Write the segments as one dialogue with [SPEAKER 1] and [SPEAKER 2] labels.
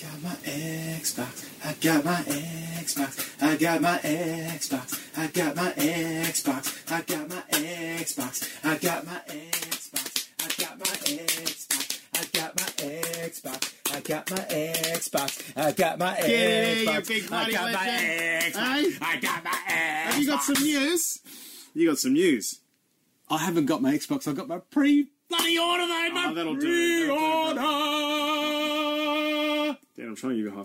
[SPEAKER 1] got my Xbox. I got my Xbox. I got my Xbox. I got my Xbox. I got my Xbox. I got my Xbox. I got my Xbox. I got my Xbox. I got my Xbox. I got my Xbox.
[SPEAKER 2] Yeah, you big
[SPEAKER 1] I
[SPEAKER 2] bloody
[SPEAKER 1] got my
[SPEAKER 2] legend.
[SPEAKER 1] Xbox.
[SPEAKER 2] Hey?
[SPEAKER 1] I got my Xbox.
[SPEAKER 2] Have you got some news? You got some news.
[SPEAKER 3] I haven't got my Xbox. I've got my pre bloody order though. my
[SPEAKER 2] Oh, that'll do it,
[SPEAKER 3] pre
[SPEAKER 2] that'll do it,
[SPEAKER 3] order.
[SPEAKER 2] Dan, I'm trying to give you a high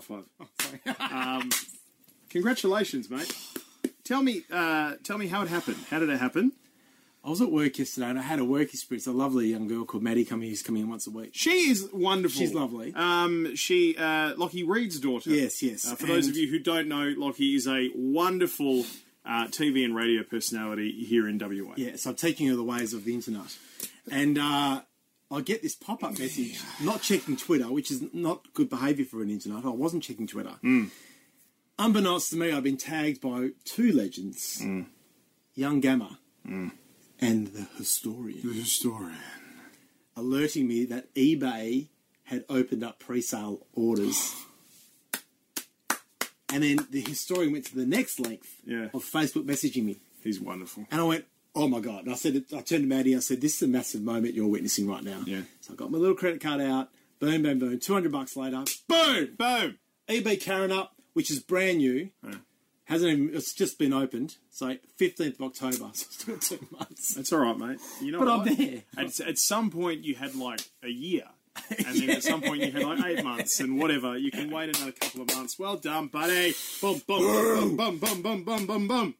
[SPEAKER 2] five. um, congratulations, mate. Tell me, uh, tell me how it happened. How did it happen?
[SPEAKER 3] I was at work yesterday and I had a work experience. A lovely young girl called Maddie coming who's coming in once a week.
[SPEAKER 2] She is wonderful.
[SPEAKER 3] She's lovely.
[SPEAKER 2] Um, she uh, Lockie Reed's daughter.
[SPEAKER 3] Yes, yes.
[SPEAKER 2] Uh, for those
[SPEAKER 3] And-
[SPEAKER 2] of you who don't know, Lockie is a wonderful uh, TV and radio personality here in WA.
[SPEAKER 3] Yeah, so I'm taking her the ways of the internet. And uh, I get this pop up message, not checking Twitter, which is not good behaviour for an internet. I wasn't checking Twitter.
[SPEAKER 2] Hmm.
[SPEAKER 3] Unbeknownst to me, I've been tagged by two legends
[SPEAKER 2] Hmm.
[SPEAKER 3] Young Gamma and The Historian,
[SPEAKER 2] historian.
[SPEAKER 3] alerting me that eBay had opened up pre sale orders. And then the historian went to the next length
[SPEAKER 2] Yeah.
[SPEAKER 3] of Facebook messaging me.
[SPEAKER 2] He's wonderful.
[SPEAKER 3] And I went, oh my God. And I said, I turned to Maddie, I said, this is a massive moment you're witnessing right now.
[SPEAKER 2] Yeah.
[SPEAKER 3] So I got my little credit card out, boom, boom, boom, 200 bucks later, boom,
[SPEAKER 2] Boom.
[SPEAKER 3] eBay Karen up, which is brand new. Hasn't even, it's just been opened. So 15th of October, so it's still two months.
[SPEAKER 2] That's all right, mate. You know
[SPEAKER 3] But I'm
[SPEAKER 2] what?
[SPEAKER 3] there.
[SPEAKER 2] At, at some point, you had like a year. And then at some point you had like eight months and whatever. You can wait another couple of months. Well done, buddy. Boom, boom, boom, boom, boom, boom, boom, boom.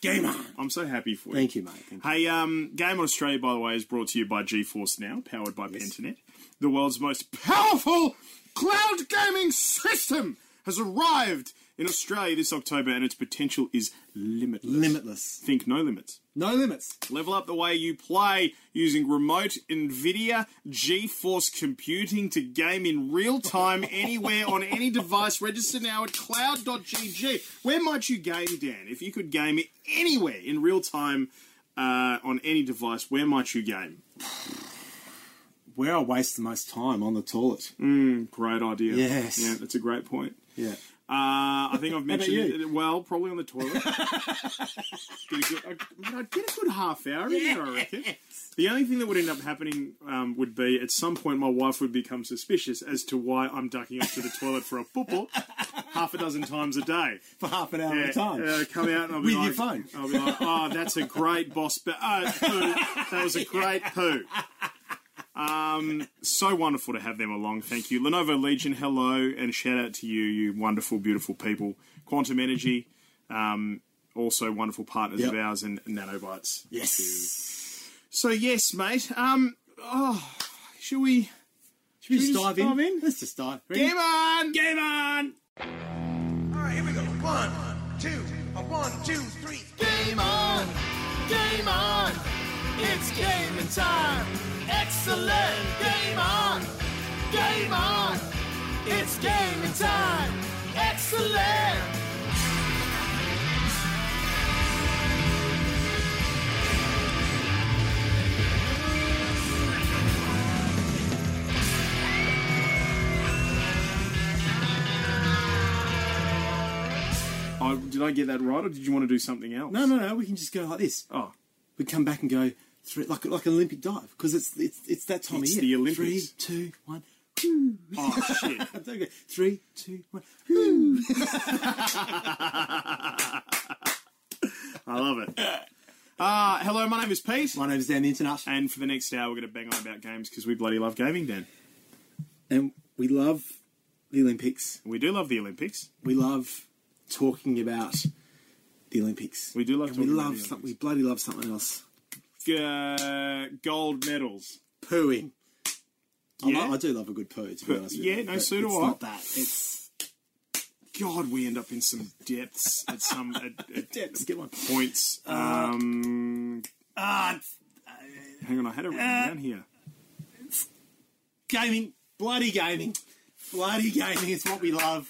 [SPEAKER 3] Game on.
[SPEAKER 2] I'm so happy for you.
[SPEAKER 3] Thank you, mate. Thank you.
[SPEAKER 2] Hey, um, Game on Australia, by the way, is brought to you by GeForce Now, powered by Pentanet. The world's most powerful cloud gaming system has arrived in Australia this October, and its potential is limitless.
[SPEAKER 3] Limitless.
[SPEAKER 2] Think no limits.
[SPEAKER 3] No limits.
[SPEAKER 2] Level up the way you play using remote NVIDIA GeForce computing to game in real time anywhere on any device. Register now at cloud.gg. Where might you game, Dan? If you could game anywhere in real time uh, on any device, where might you game?
[SPEAKER 3] Where I waste the most time on the toilet.
[SPEAKER 2] Great idea.
[SPEAKER 3] Yes.
[SPEAKER 2] Yeah, that's a great point.
[SPEAKER 3] Yeah.
[SPEAKER 2] Uh, I think I've mentioned
[SPEAKER 3] you?
[SPEAKER 2] it. Well, probably on the toilet. get a good, uh, I, would get a good half hour in there, I reckon. The only thing that would end up happening um, would be at some point my wife would become suspicious as to why I'm ducking up to the toilet for a poople half a dozen times a day.
[SPEAKER 3] For half an hour at a time.
[SPEAKER 2] Uh, come out and I'll be
[SPEAKER 3] With
[SPEAKER 2] like,
[SPEAKER 3] your phone.
[SPEAKER 2] I'll be like, oh, that's a great boss. But oh, poo. that was a great poo. Um, so wonderful to have them along. Thank you, Lenovo Legion. Hello, and shout out to you, you wonderful, beautiful people. Quantum Energy, um, also wonderful partners of
[SPEAKER 3] Yep.
[SPEAKER 2] ours, and Nanobites.
[SPEAKER 3] yes.
[SPEAKER 2] So yes, mate. Um, oh, should we?
[SPEAKER 3] Should we just
[SPEAKER 2] just
[SPEAKER 3] dive in?
[SPEAKER 2] dive in?
[SPEAKER 3] Let's just dive. Ready?
[SPEAKER 2] Game on! Game on!
[SPEAKER 4] All right, here we go. One, two, a one, two, three. Game on, game on. It's gaming time. Excellent. Game on, game on. It's gaming time. Excellent.
[SPEAKER 2] Oh, did I get that right, or did you want to do something else?
[SPEAKER 3] No, no, no. We can just go like this.
[SPEAKER 2] Oh,
[SPEAKER 3] we come back and go three, like like an Olympic dive because it's it's it's that time
[SPEAKER 2] It's
[SPEAKER 3] of year.
[SPEAKER 2] the Olympics.
[SPEAKER 3] Three, two, one.
[SPEAKER 2] oh shit.
[SPEAKER 3] Don't go. Three, two, one. Whoo.
[SPEAKER 2] I love it. Uh, hello, my name is Pete.
[SPEAKER 3] My name's Dan the Internet,
[SPEAKER 2] And for the next hour, we're going to bang on about games because we bloody love gaming, Dan.
[SPEAKER 3] and we love the Olympics.
[SPEAKER 2] We do love the Olympics.
[SPEAKER 3] We love talking about the Olympics.
[SPEAKER 2] We do love
[SPEAKER 3] And we
[SPEAKER 2] talking about
[SPEAKER 3] love
[SPEAKER 2] the
[SPEAKER 3] something. We bloody love something else.
[SPEAKER 2] Uh, gold medals.
[SPEAKER 3] Pooing. I,
[SPEAKER 2] Yeah?
[SPEAKER 3] lo- I do love a good poo. To be honest. with
[SPEAKER 2] yeah,
[SPEAKER 3] you,
[SPEAKER 2] no,
[SPEAKER 3] but
[SPEAKER 2] so do
[SPEAKER 3] it's
[SPEAKER 2] I.
[SPEAKER 3] Not that. It's
[SPEAKER 2] God, we end up in some depths at some at, at
[SPEAKER 3] yeah, let's get one.
[SPEAKER 2] points.
[SPEAKER 3] Uh,
[SPEAKER 2] Um,
[SPEAKER 3] Ah, it's
[SPEAKER 2] hang on, I had it written
[SPEAKER 3] uh,
[SPEAKER 2] down here.
[SPEAKER 3] gaming, bloody gaming, bloody gaming is what we love.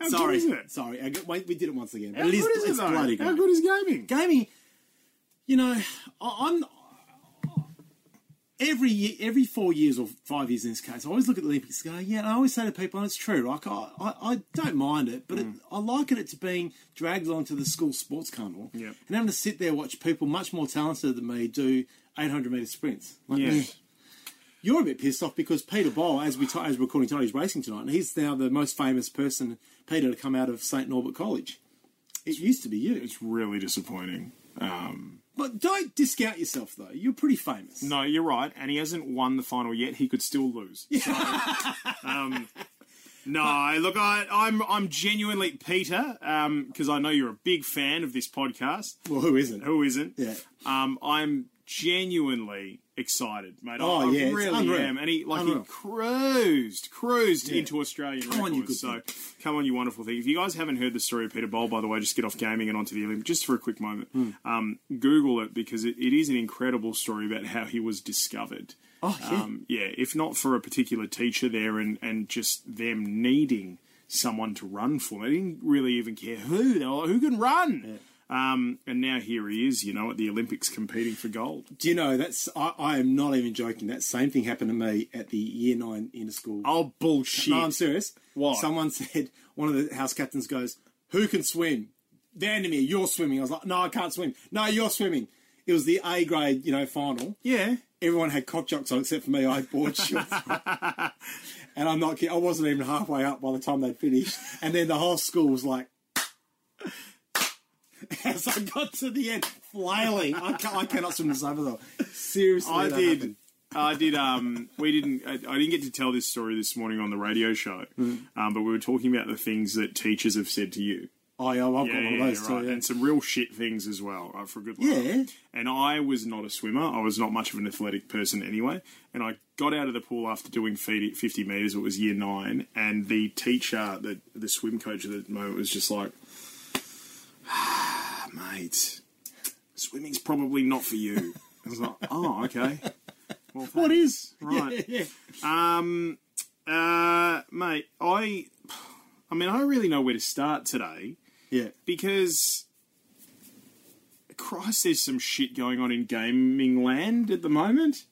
[SPEAKER 2] How
[SPEAKER 3] Sorry,
[SPEAKER 2] good is it?
[SPEAKER 3] sorry. I got, wait, we did it once again.
[SPEAKER 2] How
[SPEAKER 3] But it is,
[SPEAKER 2] good is it
[SPEAKER 3] it's
[SPEAKER 2] though?
[SPEAKER 3] bloody
[SPEAKER 2] How
[SPEAKER 3] good.
[SPEAKER 2] good is gaming?
[SPEAKER 3] Gaming, you know, I, I'm. every year, every four years or five years in this case, I always look at the Olympics and go, yeah, and I always say to people, and it's true, like, I, I, I don't mind it, but
[SPEAKER 2] Mm.
[SPEAKER 3] it, I liken it to being dragged onto the school sports carnival
[SPEAKER 2] Yep.
[SPEAKER 3] and having to sit there and watch people much more talented than me do 800 metre sprints. Like,
[SPEAKER 2] Yes.
[SPEAKER 3] eh. You're a bit pissed off because Peter Boll, as, we t- as we're recording tonight, he's racing tonight, and he's now the most famous person, Peter, to come out of St. Norbert College. It used to be you.
[SPEAKER 2] It's really disappointing. Um,
[SPEAKER 3] But don't discount yourself, though. You're pretty famous.
[SPEAKER 2] no, you're right, and he hasn't won the final yet. He could still lose. So, um, no, look, I, I'm I'm genuinely Peter because I know you're a big fan of this podcast.
[SPEAKER 3] Well, who isn't?
[SPEAKER 2] Who isn't?
[SPEAKER 3] Yeah.
[SPEAKER 2] Um, I'm genuinely excited, mate.
[SPEAKER 3] Oh,
[SPEAKER 2] I, I
[SPEAKER 3] yeah, it's
[SPEAKER 2] really
[SPEAKER 3] unreal.
[SPEAKER 2] am. And he like
[SPEAKER 3] Unreal.
[SPEAKER 2] he cruised, cruised into Australian
[SPEAKER 3] Come on,
[SPEAKER 2] records.
[SPEAKER 3] you good
[SPEAKER 2] so come on, you wonderful thing. If you guys haven't heard the story of Peter Bowl, by the way, just get off gaming and onto the Olympic just for a quick moment.
[SPEAKER 3] Hmm.
[SPEAKER 2] Um, Google it because it, it is an incredible story about how he was discovered.
[SPEAKER 3] Oh, yeah.
[SPEAKER 2] Um, yeah, if not for a particular teacher there and, and just them needing someone to run for, they didn't really even care who. They were like, who can run? Um, and now here he is, you know, at the Olympics competing for gold.
[SPEAKER 3] Do you know that's? I, I am not even joking. That same thing happened to me at the year nine inter school.
[SPEAKER 2] Oh, bullshit.
[SPEAKER 3] no, I'm serious.
[SPEAKER 2] Why?
[SPEAKER 3] Someone said one of the house captains goes, "Who can swim?" Vandermeer, you're swimming. I was like, "No, I can't swim." No, you're swimming. It was the A grade, you know, final.
[SPEAKER 2] Yeah.
[SPEAKER 3] Everyone had cock jocks on except for me. I had board shorts, on. and I'm not kidding. I wasn't even halfway up by the time they'd finished. And then the whole school was like. As I got to the end, flailing, I, ca- I cannot swim this over though. Seriously,
[SPEAKER 2] I
[SPEAKER 3] that
[SPEAKER 2] did.
[SPEAKER 3] happened.
[SPEAKER 2] I did. Um, we didn't. I, I didn't get to tell this story this morning on the radio show, um, but we were talking about the things that teachers have said to you.
[SPEAKER 3] Oh, yeah, well, I've
[SPEAKER 2] Yeah,
[SPEAKER 3] got one
[SPEAKER 2] yeah,
[SPEAKER 3] of those
[SPEAKER 2] yeah,
[SPEAKER 3] too.
[SPEAKER 2] right.
[SPEAKER 3] yeah.
[SPEAKER 2] and some real shit things as well right, for a good laugh.
[SPEAKER 3] Yeah.
[SPEAKER 2] And I was not a swimmer. I was not much of an athletic person anyway. And I got out of the pool after doing feet- 50 meters. It was year nine, and the teacher, the the swim coach at the moment, was just like, ah, "Mate, swimming's probably not for you." I was like, "Oh, okay." Well,
[SPEAKER 3] What is?
[SPEAKER 2] right?
[SPEAKER 3] Yeah,
[SPEAKER 2] Uh, mate, I, I mean, I don't really know where to start today
[SPEAKER 3] yeah.
[SPEAKER 2] because Christ, there's some shit going on in gaming land at the moment,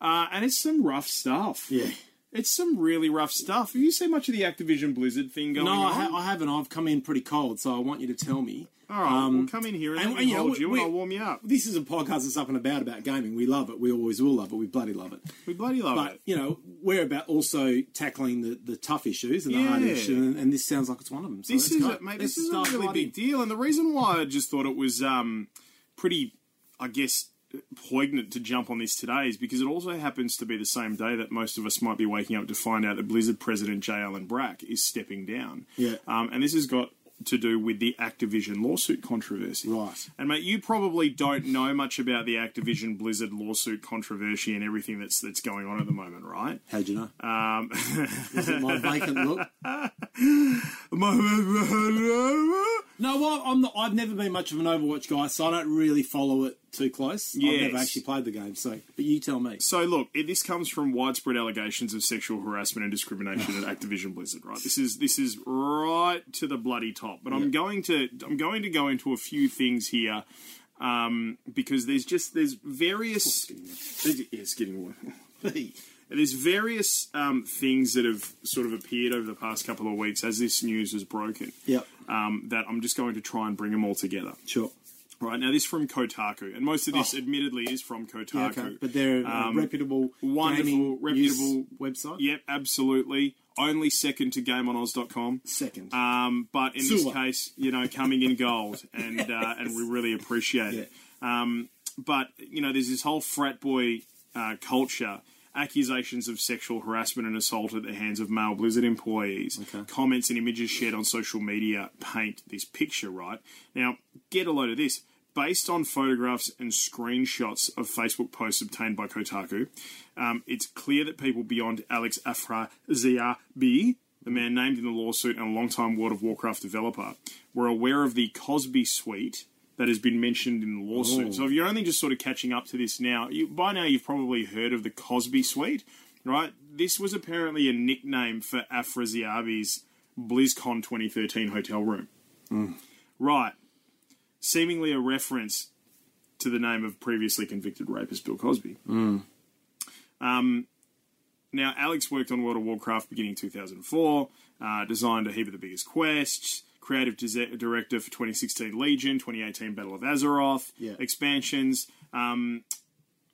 [SPEAKER 2] uh, and it's some rough stuff.
[SPEAKER 3] yeah.
[SPEAKER 2] it's some really rough stuff. Have you seen much of the Activision Blizzard thing going
[SPEAKER 3] No, I,
[SPEAKER 2] on?
[SPEAKER 3] ha- I haven't. I've come in pretty cold, so I want you to tell me.
[SPEAKER 2] All right, we'll come in here and,
[SPEAKER 3] Um, and-
[SPEAKER 2] let me
[SPEAKER 3] and, you know,
[SPEAKER 2] hold you,
[SPEAKER 3] we-
[SPEAKER 2] and I'll warm you up.
[SPEAKER 3] This is a podcast that's up and about about gaming. We love it. We always will love it. We bloody love it.
[SPEAKER 2] We bloody love
[SPEAKER 3] But
[SPEAKER 2] it.
[SPEAKER 3] you know, we're about also tackling the, the tough issues and the hard
[SPEAKER 2] Yeah.
[SPEAKER 3] issues, and, and this sounds like it's one of them. So
[SPEAKER 2] this
[SPEAKER 3] let's
[SPEAKER 2] is
[SPEAKER 3] go.
[SPEAKER 2] a, mate,
[SPEAKER 3] Let's
[SPEAKER 2] this is a
[SPEAKER 3] start
[SPEAKER 2] really
[SPEAKER 3] bloody-
[SPEAKER 2] big deal, and the reason why I just thought it was um, pretty, I guess, poignant to jump on this today is because it also happens to be the same day that most of us might be waking up to find out that Blizzard president J. Allen Brack is stepping down.
[SPEAKER 3] Yeah.
[SPEAKER 2] um, and this has got to do with the Activision lawsuit controversy.
[SPEAKER 3] Right.
[SPEAKER 2] And mate, you probably don't know much about the Activision Blizzard lawsuit controversy and everything that's that's going on at the moment, right?
[SPEAKER 3] How'd you know? Um, is it my vacant look? No, well, I'm not, I've never been much of an Overwatch guy, so I don't really follow it too close. I've
[SPEAKER 2] Yes.
[SPEAKER 3] never actually played the game, so but you tell me.
[SPEAKER 2] So look, it, this comes from widespread allegations of sexual harassment and discrimination at Activision Blizzard. Right, this is this is right to the bloody top. But I'm going to I'm going to go into a few things here um, because there's just there's various there's, yeah, it's getting warm. There's various um, things that have sort of appeared over the past couple of weeks as this news has broken.
[SPEAKER 3] Yep.
[SPEAKER 2] Um, that I'm just going to try and bring them all together.
[SPEAKER 3] Sure.
[SPEAKER 2] Right now, this from Kotaku, and most of this, admittedly, is from Kotaku.
[SPEAKER 3] Oh. Yeah, okay. But they're a
[SPEAKER 2] Um,
[SPEAKER 3] reputable,
[SPEAKER 2] wonderful,
[SPEAKER 3] gaming
[SPEAKER 2] reputable-
[SPEAKER 3] news website.
[SPEAKER 2] Yep, absolutely. Only second to GameOnOz.com.
[SPEAKER 3] Second.
[SPEAKER 2] Um, but in this
[SPEAKER 3] Sewer.
[SPEAKER 2] case, you know, coming in gold, and uh, and we really appreciate it. Um, but you know, there's this whole frat boy uh, culture. Accusations of sexual harassment and assault at the hands of male Blizzard employees. Comments and images shared on social media paint this picture, right? Now, get a load of this. Based on photographs and screenshots of Facebook posts obtained by Kotaku, um, it's clear that people beyond Alex Afrasiabi, the man named in the lawsuit and a longtime World of Warcraft developer, were aware of the Cosby suite that has been mentioned in the lawsuit. So if you're only just sort of catching up to this now, you, by now you've probably heard of the Cosby suite, right? This was apparently a nickname for Afrasiabi's BlizzCon 2013 hotel room. Right.
[SPEAKER 3] Hmm.
[SPEAKER 2] Seemingly a reference to the name of previously convicted rapist Bill Cosby. Um, Now, Alex worked on World of Warcraft beginning 2004, uh, designed a heap of the biggest quests, creative dise- director for 2016 Legion, 2018 Battle of Azeroth,
[SPEAKER 3] Yeah.
[SPEAKER 2] expansions. Um,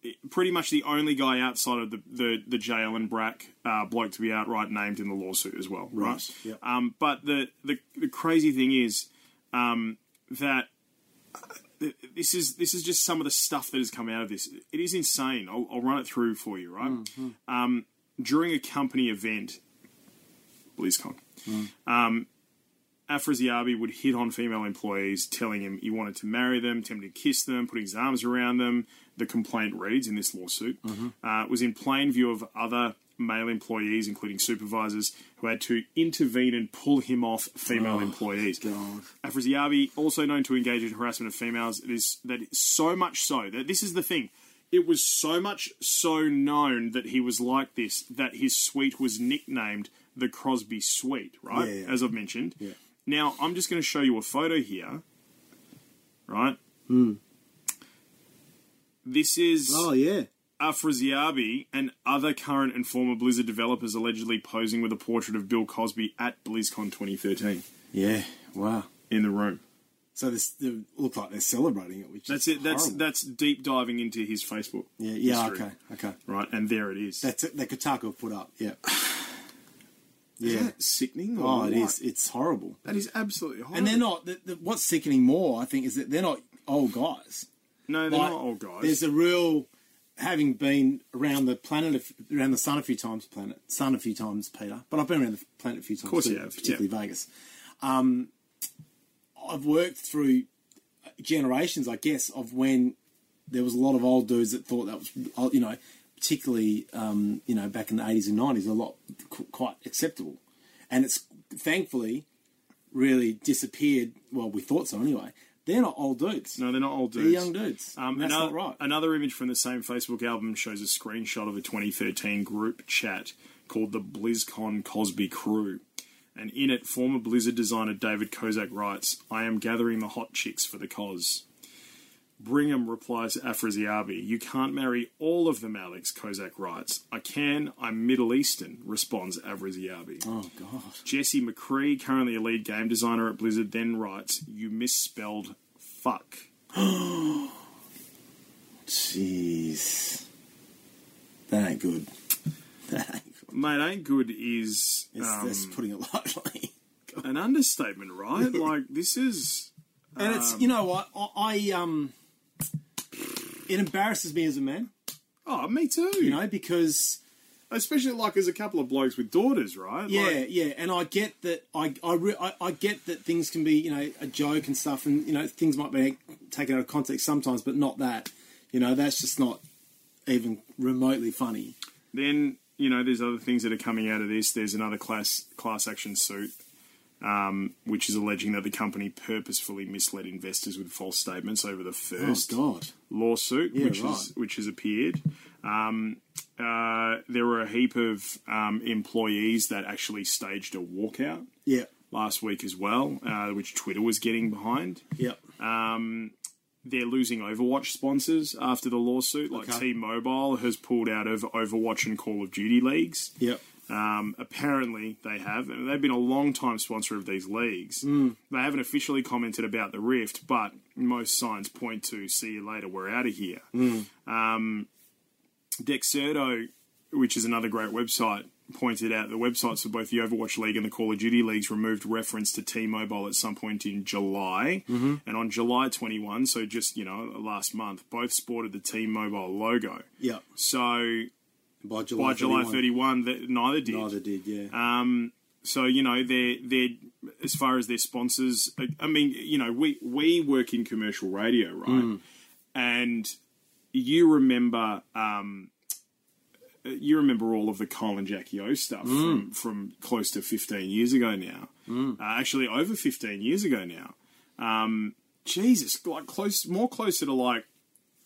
[SPEAKER 2] it- pretty much the only guy outside of the, the, the JLN Brack uh, bloke to be outright named in the lawsuit as well, right?
[SPEAKER 3] Right, yeah.
[SPEAKER 2] Um, but the, the, the crazy thing is um, that uh, this is this is just some of the stuff that has come out of this. It is insane. I'll, I'll run it through for you, right? Um, during a company event, BlizzCon, um, Afrasiabi would hit on female employees, telling him he wanted to marry them, tempting to kiss them, putting his arms around them. The complaint reads in this lawsuit
[SPEAKER 3] Mm-hmm.
[SPEAKER 2] uh, was in plain view of other male employees, including supervisors, who had to intervene and pull him off female employees.
[SPEAKER 3] Oh, God.
[SPEAKER 2] Afrasiabi, also known to engage in harassment of females, it is that it's so much so that this is the thing. It was so much so known that he was like this that his suite was nicknamed the Crosby Suite, right?
[SPEAKER 3] Yeah, yeah.
[SPEAKER 2] As I've mentioned. Now I'm just going to show you a photo here, right? This is
[SPEAKER 3] Hmm. Oh yeah.
[SPEAKER 2] Afrasiabi and other current and former Blizzard developers allegedly posing with a portrait of Bill Cosby at BlizzCon 2013
[SPEAKER 3] Yeah. Wow.
[SPEAKER 2] in the room.
[SPEAKER 3] So this they look like they're celebrating it, which
[SPEAKER 2] That's
[SPEAKER 3] is
[SPEAKER 2] it. That's
[SPEAKER 3] horrible.
[SPEAKER 2] that's deep diving into his Facebook.
[SPEAKER 3] yeah. Yeah.
[SPEAKER 2] history,
[SPEAKER 3] Okay. Okay.
[SPEAKER 2] Right, and there it is.
[SPEAKER 3] That's it. That Kotaku put up. Yeah. Yeah.
[SPEAKER 2] sickening.
[SPEAKER 3] Oh, it is. It's horrible.
[SPEAKER 2] That is absolutely horrible.
[SPEAKER 3] And they're not. The, the, what's sickening more, I think, is that they're not old guys.
[SPEAKER 2] No, they're
[SPEAKER 3] Like,
[SPEAKER 2] not old guys.
[SPEAKER 3] There's a real, having been around the planet, a f- around the sun a few times, planet sun a few times, Peter. But I've been around the planet a few times,
[SPEAKER 2] course
[SPEAKER 3] too,
[SPEAKER 2] you have,
[SPEAKER 3] particularly Vegas. Um, I've worked through generations, I guess, of when there was a lot of old dudes that thought that was, uh, you know, particularly, um, you know, back in the 80s and 90s, a lot qu- quite acceptable, and it's thankfully really disappeared. Well, we thought so anyway. They're not old dudes.
[SPEAKER 2] no, they're not old dudes.
[SPEAKER 3] They're young dudes.
[SPEAKER 2] Um,
[SPEAKER 3] That's
[SPEAKER 2] another,
[SPEAKER 3] not right.
[SPEAKER 2] Another image from the same Facebook album shows a screenshot of a 2013 group chat called the BlizzCon Cosby Crew. And in it, former Blizzard designer David Kozak writes, I am gathering the hot chicks for the cause. Brigham replies to Afrasiabi, You can't marry all of them, Alex, Kozak writes. I can, I'm Middle Eastern, responds Afrasiabi.
[SPEAKER 3] oh God.
[SPEAKER 2] Jesse McCree, currently a lead game designer at Blizzard, then writes, You misspelled fuck.
[SPEAKER 3] Jeez. That ain't good. That ain't good.
[SPEAKER 2] Mate, ain't good is
[SPEAKER 3] It's,
[SPEAKER 2] um,
[SPEAKER 3] that's putting it lightly.
[SPEAKER 2] an understatement, right? like this is
[SPEAKER 3] And it's, you know what? I, I, um, it embarrasses me as a man,
[SPEAKER 2] oh, me too.
[SPEAKER 3] you know, because,
[SPEAKER 2] especially like as a couple of blokes with daughters, right?
[SPEAKER 3] yeah,
[SPEAKER 2] Like,
[SPEAKER 3] yeah. And I get that, I, I, re- I, I get that things can be, you know, a joke and stuff and, you know, things might be taken out of context sometimes, but not that. You know, that's just not even remotely funny.
[SPEAKER 2] then you know, there's other things that are coming out of this. There's another class class action suit, um, which is alleging that the company purposefully misled investors with false statements over the
[SPEAKER 3] Oh,
[SPEAKER 2] first
[SPEAKER 3] God.
[SPEAKER 2] lawsuit, which
[SPEAKER 3] right.
[SPEAKER 2] is which has appeared. Um, uh, there were a heap of um, employees that actually staged a walkout.
[SPEAKER 3] Yeah.
[SPEAKER 2] last week as well, uh, which Twitter was getting behind.
[SPEAKER 3] Yeah.
[SPEAKER 2] They're losing Overwatch sponsors after the lawsuit. Like
[SPEAKER 3] Okay.
[SPEAKER 2] T-Mobile has pulled out of Overwatch and Call of Duty leagues.
[SPEAKER 3] yeah.
[SPEAKER 2] Um, apparently, they have, and they've been a long-time sponsor of these leagues. They haven't officially commented about the rift, but most signs point to "see you later, we're out of here." Um, Dexerto, which is another great website, pointed out the websites for both the Overwatch League and the Call of Duty leagues removed reference to T-Mobile at some point in July, and on July 21, so just you know last month, both sported the T-Mobile logo.
[SPEAKER 3] Yeah.
[SPEAKER 2] So
[SPEAKER 3] By July,
[SPEAKER 2] by July Uh,
[SPEAKER 3] 31.
[SPEAKER 2] 31, that neither did.
[SPEAKER 3] Neither did, yeah.
[SPEAKER 2] So you know they're they're as far as their sponsors. I- I mean, you know, we we work in commercial radio, right?
[SPEAKER 3] Hmm.
[SPEAKER 2] And you remember. Um, you remember all of the Kyle and Jackie O stuff
[SPEAKER 3] Hmm.
[SPEAKER 2] from, from close to 15 years ago now. Uh, actually, over 15 years ago now. Um, Jesus, like close, more closer to like,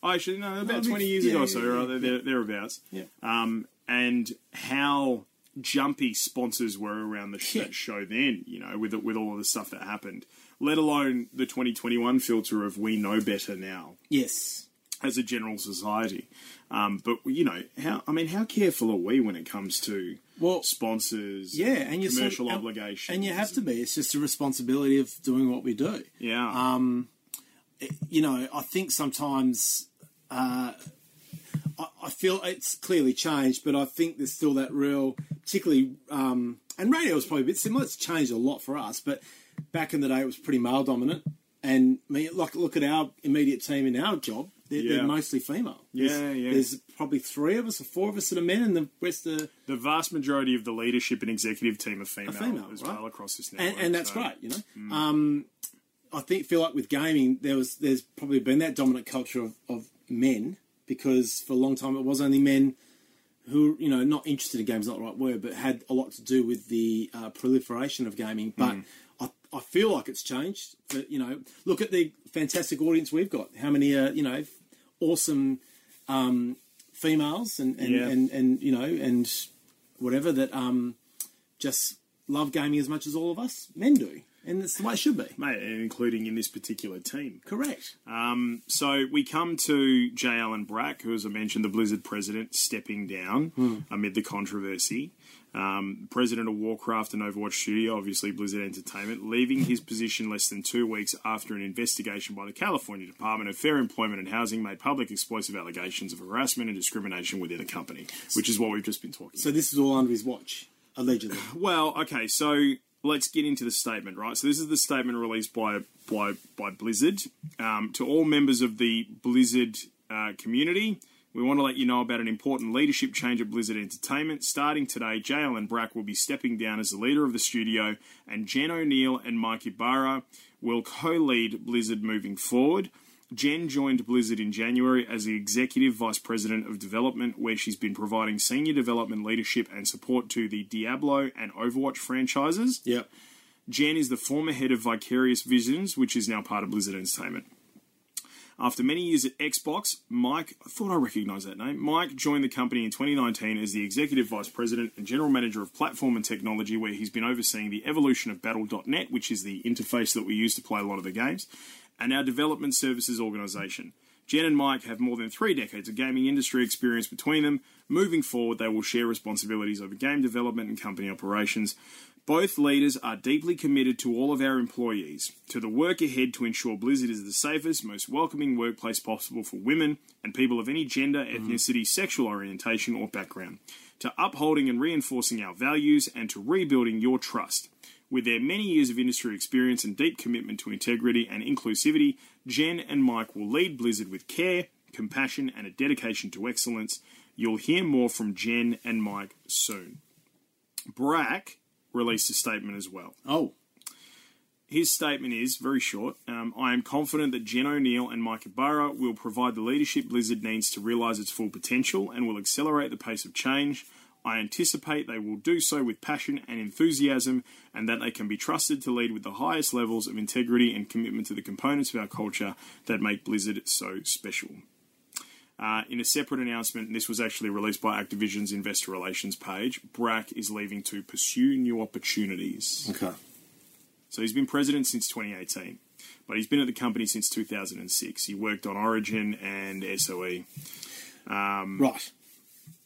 [SPEAKER 2] oh, actually, no, about
[SPEAKER 3] it'd be-
[SPEAKER 2] 20 years
[SPEAKER 3] yeah,
[SPEAKER 2] ago
[SPEAKER 3] Oh, yeah,
[SPEAKER 2] or so,
[SPEAKER 3] yeah,
[SPEAKER 2] right? there, thereabouts
[SPEAKER 3] yeah.
[SPEAKER 2] um, and how jumpy sponsors were around the sh-
[SPEAKER 3] Yeah.
[SPEAKER 2] that show then, you know, with with all of the stuff that happened. Let alone the 2021 filter of we know better now.
[SPEAKER 3] yes.
[SPEAKER 2] as a general society. Um, but you know, how I mean, how careful are we when it comes to
[SPEAKER 3] Well,
[SPEAKER 2] sponsors?
[SPEAKER 3] Yeah, and you're sort of-
[SPEAKER 2] commercial
[SPEAKER 3] and-
[SPEAKER 2] obligations,
[SPEAKER 3] and you have to be. It's just a responsibility of doing what we do.
[SPEAKER 2] Yeah,
[SPEAKER 3] um, you know, I think sometimes uh, I, I feel it's clearly changed, but I think there's still that real, particularly, um, and radio is probably a bit similar. It's changed a lot for us, but back in the day, it was pretty male dominant. And I mean, like, look at our immediate team in our job; they're,
[SPEAKER 2] Yeah.
[SPEAKER 3] they're mostly female.
[SPEAKER 2] Yeah,
[SPEAKER 3] there's,
[SPEAKER 2] yeah.
[SPEAKER 3] There's probably three of us or four of us that are men, and the rest are.
[SPEAKER 2] the vast majority of the leadership and executive team are female,
[SPEAKER 3] female,
[SPEAKER 2] as
[SPEAKER 3] right?
[SPEAKER 2] well across this network,
[SPEAKER 3] and, and that's
[SPEAKER 2] so-
[SPEAKER 3] great, you know. Um, I think feel like with gaming, there was there's probably been that dominant culture of, of men because for a long time it was only men who you know not interested in games, not the right word, but had a lot to do with the uh, proliferation of gaming. But I, I feel like it's changed. But you know, look at the fantastic audience we've got. How many uh, you know awesome um, females and and,
[SPEAKER 2] Yeah.
[SPEAKER 3] and and you know and whatever that um, just love gaming as much as all of us men do, and that's the way it should be.
[SPEAKER 2] Mate, and including in this particular team.
[SPEAKER 3] Correct.
[SPEAKER 2] So we come to J. Allen Brack, who, as I mentioned, the Blizzard president, stepping down amid the controversy. Um, president of Warcraft and Overwatch Studio, obviously Blizzard Entertainment, leaving his position less than two weeks after an investigation by the California Department of Fair Employment and Housing made public explosive allegations of harassment and discrimination within the company, which is what we've just been talking
[SPEAKER 3] so this is all under his watch, allegedly.
[SPEAKER 2] well, okay, so let's get into the statement, right? So this is the statement released by by by Blizzard um, to all members of the Blizzard uh, community. We want to let you know about an important leadership change at Blizzard Entertainment. Starting today, Jalen Brack will be stepping down as the leader of the studio, and Jen O'Neill and Mike Ibarra will co-lead Blizzard moving forward. Jen joined Blizzard in January as the Executive Vice President of Development, where she's been providing senior development leadership and support to the Diablo and Overwatch franchises.
[SPEAKER 3] yep.
[SPEAKER 2] Jan is the former head of Vicarious Visions, which is now part of Blizzard Entertainment. After many years at Xbox, Mike, I thought I recognized that name, Mike joined the company in 2019 as the executive vice president and general manager of platform and technology, where he's been overseeing the evolution of Battle.net, which is the interface that we use to play a lot of the games, and our development services organization. Jen and Mike have more than three decades of gaming industry experience between them. Moving forward, they will share responsibilities over game development and company operations. Both leaders are deeply committed to all of our employees, to the work ahead to ensure Blizzard is the safest, most welcoming workplace possible for women and people of any gender, ethnicity, sexual orientation, or background, to upholding and reinforcing our values, and to rebuilding your trust. With their many years of industry experience and deep commitment to integrity and inclusivity, Jen and Mike will lead Blizzard with care, compassion, and a dedication to excellence. You'll hear more from Jen and Mike soon. Brack released a statement as well.
[SPEAKER 3] Oh,
[SPEAKER 2] His statement is very short. Um, I am confident that Jen O'Neill and Mike Ibarra will provide the leadership Blizzard needs to realize its full potential and will accelerate the pace of change. I anticipate they will do so with passion and enthusiasm, and that they can be trusted to lead with the highest levels of integrity and commitment to the components of our culture that make Blizzard so special. Uh, in a separate announcement, and this was actually released by Activision's investor relations page, Brack is leaving to pursue new opportunities.
[SPEAKER 3] okay.
[SPEAKER 2] So he's been president since 2018, but he's been at the company since 2006. He worked on Origin and E. SOE.
[SPEAKER 3] Right.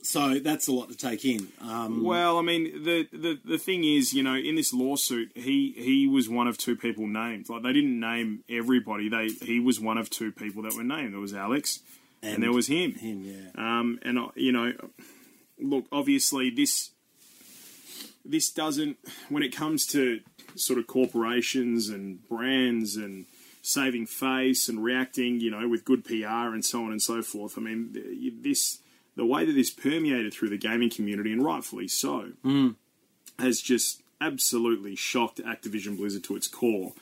[SPEAKER 3] So that's a lot to take in. Um,
[SPEAKER 2] Well, I mean, the, the the thing is, you know, in this lawsuit, he he was one of two people named. Like they didn't name everybody. They he was one of two people that were named. There was Alex, and, there was him.
[SPEAKER 3] him, yeah.
[SPEAKER 2] Um, and I- you know, look, obviously this this doesn't when it comes to sort of corporations and brands and saving face and reacting, you know, with good PR and so on and so forth. I mean, th- this the way that this permeated through the gaming community and rightfully so has just absolutely shocked Activision Blizzard to its core.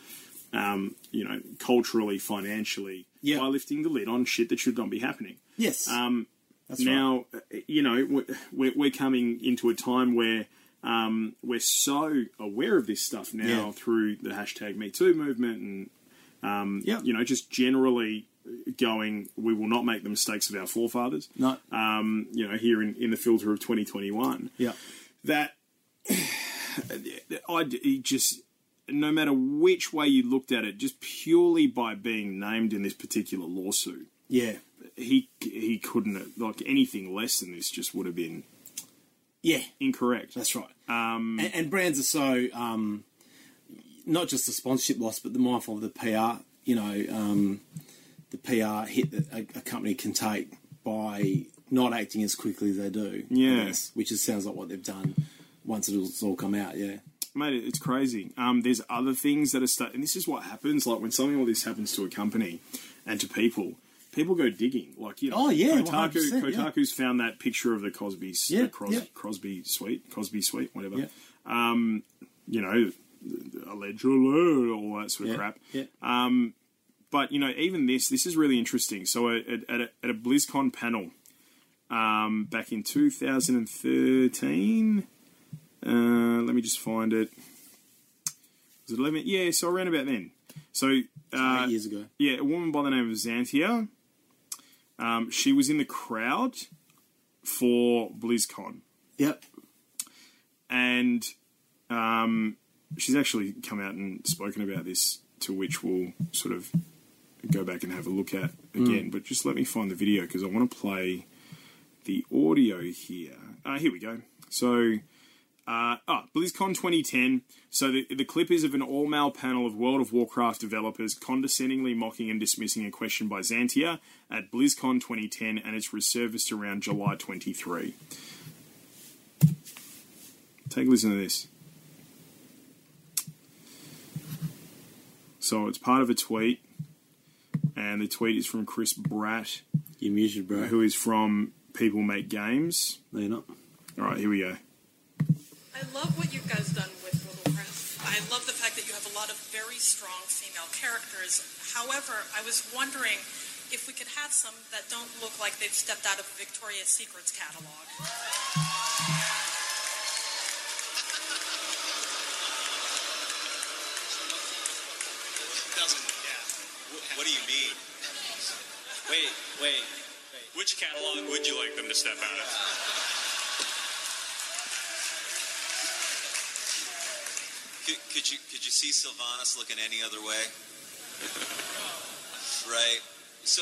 [SPEAKER 2] Um, you know, culturally, financially,
[SPEAKER 3] Yeah.
[SPEAKER 2] by lifting the lid on shit that should not be happening
[SPEAKER 3] yes. Um, that's right.
[SPEAKER 2] now uh, you know we- we're, we're coming into a time where um, we're so aware of this stuff now
[SPEAKER 3] Yeah.
[SPEAKER 2] through the hashtag me too movement and
[SPEAKER 3] Yeah.
[SPEAKER 2] you know just generally going we will not make the mistakes of our forefathers
[SPEAKER 3] No.
[SPEAKER 2] um, you know here in, in the filter of 2021
[SPEAKER 3] yeah.
[SPEAKER 2] that I it just no matter which way you looked at it, just purely by being named in this particular lawsuit,
[SPEAKER 3] Yeah.
[SPEAKER 2] he he couldn't have- like anything less than this just would have been
[SPEAKER 3] Yeah,
[SPEAKER 2] incorrect.
[SPEAKER 3] that's right. Um, and, and brands are so um, not just the sponsorship loss, but the mindful of the PR. You know, um, the PR hit that a, a company can take by not acting as quickly as they do. I
[SPEAKER 2] Yeah.
[SPEAKER 3] guess, which is, sounds like what they've done once it's all come out. Yeah.
[SPEAKER 2] Mate, it's crazy. Um, there's other things that are stu and this is what happens. Like when something like this happens to a company and to people, people go digging. Like you know,
[SPEAKER 3] Oh, yeah, 100%,
[SPEAKER 2] Kotaku,
[SPEAKER 3] yeah.
[SPEAKER 2] Kotaku's found that picture of the Cosby,
[SPEAKER 3] Yeah,
[SPEAKER 2] the Cros-
[SPEAKER 3] yeah.
[SPEAKER 2] Crosby suite, Cosby suite, whatever. Um,
[SPEAKER 3] Yeah.
[SPEAKER 2] You know, allegedly, all that sort of
[SPEAKER 3] Yeah.
[SPEAKER 2] crap.
[SPEAKER 3] Yeah.
[SPEAKER 2] but you know, even this, this is really interesting. So at, at, at, a, at a BlizzCon panel um, back in 2013, uh, let me just find it. Was it 11? Yeah, so around about then. So uh,
[SPEAKER 3] Eight years ago.
[SPEAKER 2] yeah, a woman by the name of Xanthia. Um, she was in the crowd for BlizzCon,
[SPEAKER 3] Yep.
[SPEAKER 2] and um, she's actually come out and spoken about this, to which we'll sort of go back and have a look at again. But just let me find the video because I want to play the audio here. Uh, here we go. So. Uh, ah, BlizzCon 2010. So the, the clip is of an all male panel of World of Warcraft developers condescendingly mocking and dismissing a question by Xantia at BlizzCon 2010, and it's resurfaced around July 23. Take a listen to this. So it's part of a tweet, and the tweet is from Chris Bratt,
[SPEAKER 3] You're muted, bro.
[SPEAKER 2] who is from People Make Games.
[SPEAKER 3] No, you're not.
[SPEAKER 2] All right, here we go.
[SPEAKER 5] I love what you guys done with World of Warcraft. I love the fact that you have a lot of very strong female characters. However, I was wondering if we could have some that don't look like they've stepped out of a Victoria's Secrets catalog.
[SPEAKER 6] doesn't. Yeah. What do you mean? Wait, wait. Which catalog would you like them to step out of? Could, could you could you see Sylvanas looking any other way? right. So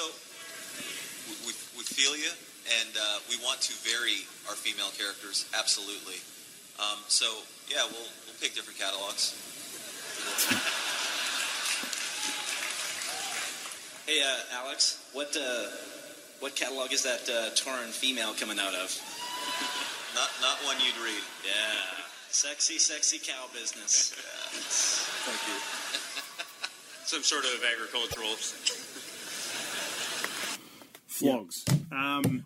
[SPEAKER 6] we, we, we feel you, and uh, we want to vary our female characters absolutely. Um, so yeah, we'll we'll pick different catalogs.
[SPEAKER 7] Hey, uh, Alex, what uh, what catalog is that uh, Torin female coming out of?
[SPEAKER 6] Not not one you'd read.
[SPEAKER 7] Yeah, sexy, sexy cow business.
[SPEAKER 6] Thank you. Some sort of agricultural.
[SPEAKER 2] Flogs.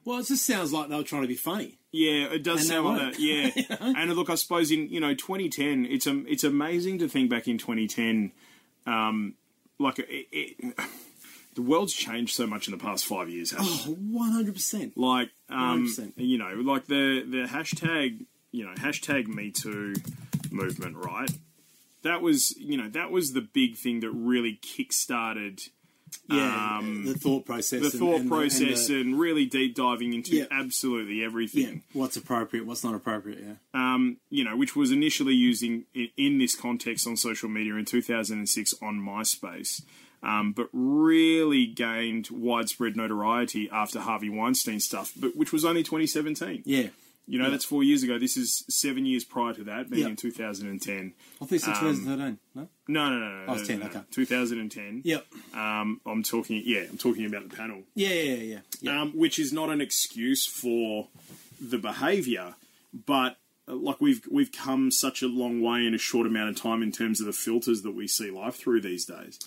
[SPEAKER 3] Well, it just sounds like they were trying to be funny.
[SPEAKER 2] Yeah, it does
[SPEAKER 3] And they
[SPEAKER 2] sound like
[SPEAKER 3] won't.
[SPEAKER 2] that. Yeah, and look, I suppose in you know 2010, it's um, it's amazing to think back in 2010, um, like it, it, the world's changed so much in the past five years. Hasn't it?
[SPEAKER 3] One hundred percent.
[SPEAKER 2] Like, um,
[SPEAKER 3] 100%.
[SPEAKER 2] you know, like the the hashtag, you know, hashtag Me Too movement, right? That was, you know, that was the big thing that really kickstarted
[SPEAKER 3] Yeah, the thought process.
[SPEAKER 2] Um, the
[SPEAKER 3] and- and
[SPEAKER 2] thought
[SPEAKER 3] the- and the-
[SPEAKER 2] process and, really deep diving into
[SPEAKER 3] Yeah.
[SPEAKER 2] absolutely everything.
[SPEAKER 3] yeah, what's appropriate, what's not appropriate. Yeah.
[SPEAKER 2] you know, which was initially using in, in this context on social media in 2006 on MySpace, um, but really gained widespread notoriety after Harvey Weinstein stuff, but which was only 2017.
[SPEAKER 3] Yeah.
[SPEAKER 2] You know, that's four years ago. This is seven years prior to that, being
[SPEAKER 3] Yeah.
[SPEAKER 2] in 2010.
[SPEAKER 3] I think it's
[SPEAKER 2] Um,
[SPEAKER 3] 2013. No.
[SPEAKER 2] No, no, no, no.
[SPEAKER 3] Oh, it's
[SPEAKER 2] no,
[SPEAKER 3] 10,
[SPEAKER 2] no,
[SPEAKER 3] okay.
[SPEAKER 2] 2010.
[SPEAKER 3] Yep.
[SPEAKER 2] I'm talking. Yeah, I'm talking about the panel.
[SPEAKER 3] Yeah, yeah, yeah, yeah. yeah.
[SPEAKER 2] um, which is not an excuse for the behaviour, but uh, like we've we've come such a long way in a short amount of time in terms of the filters that we see life through these days.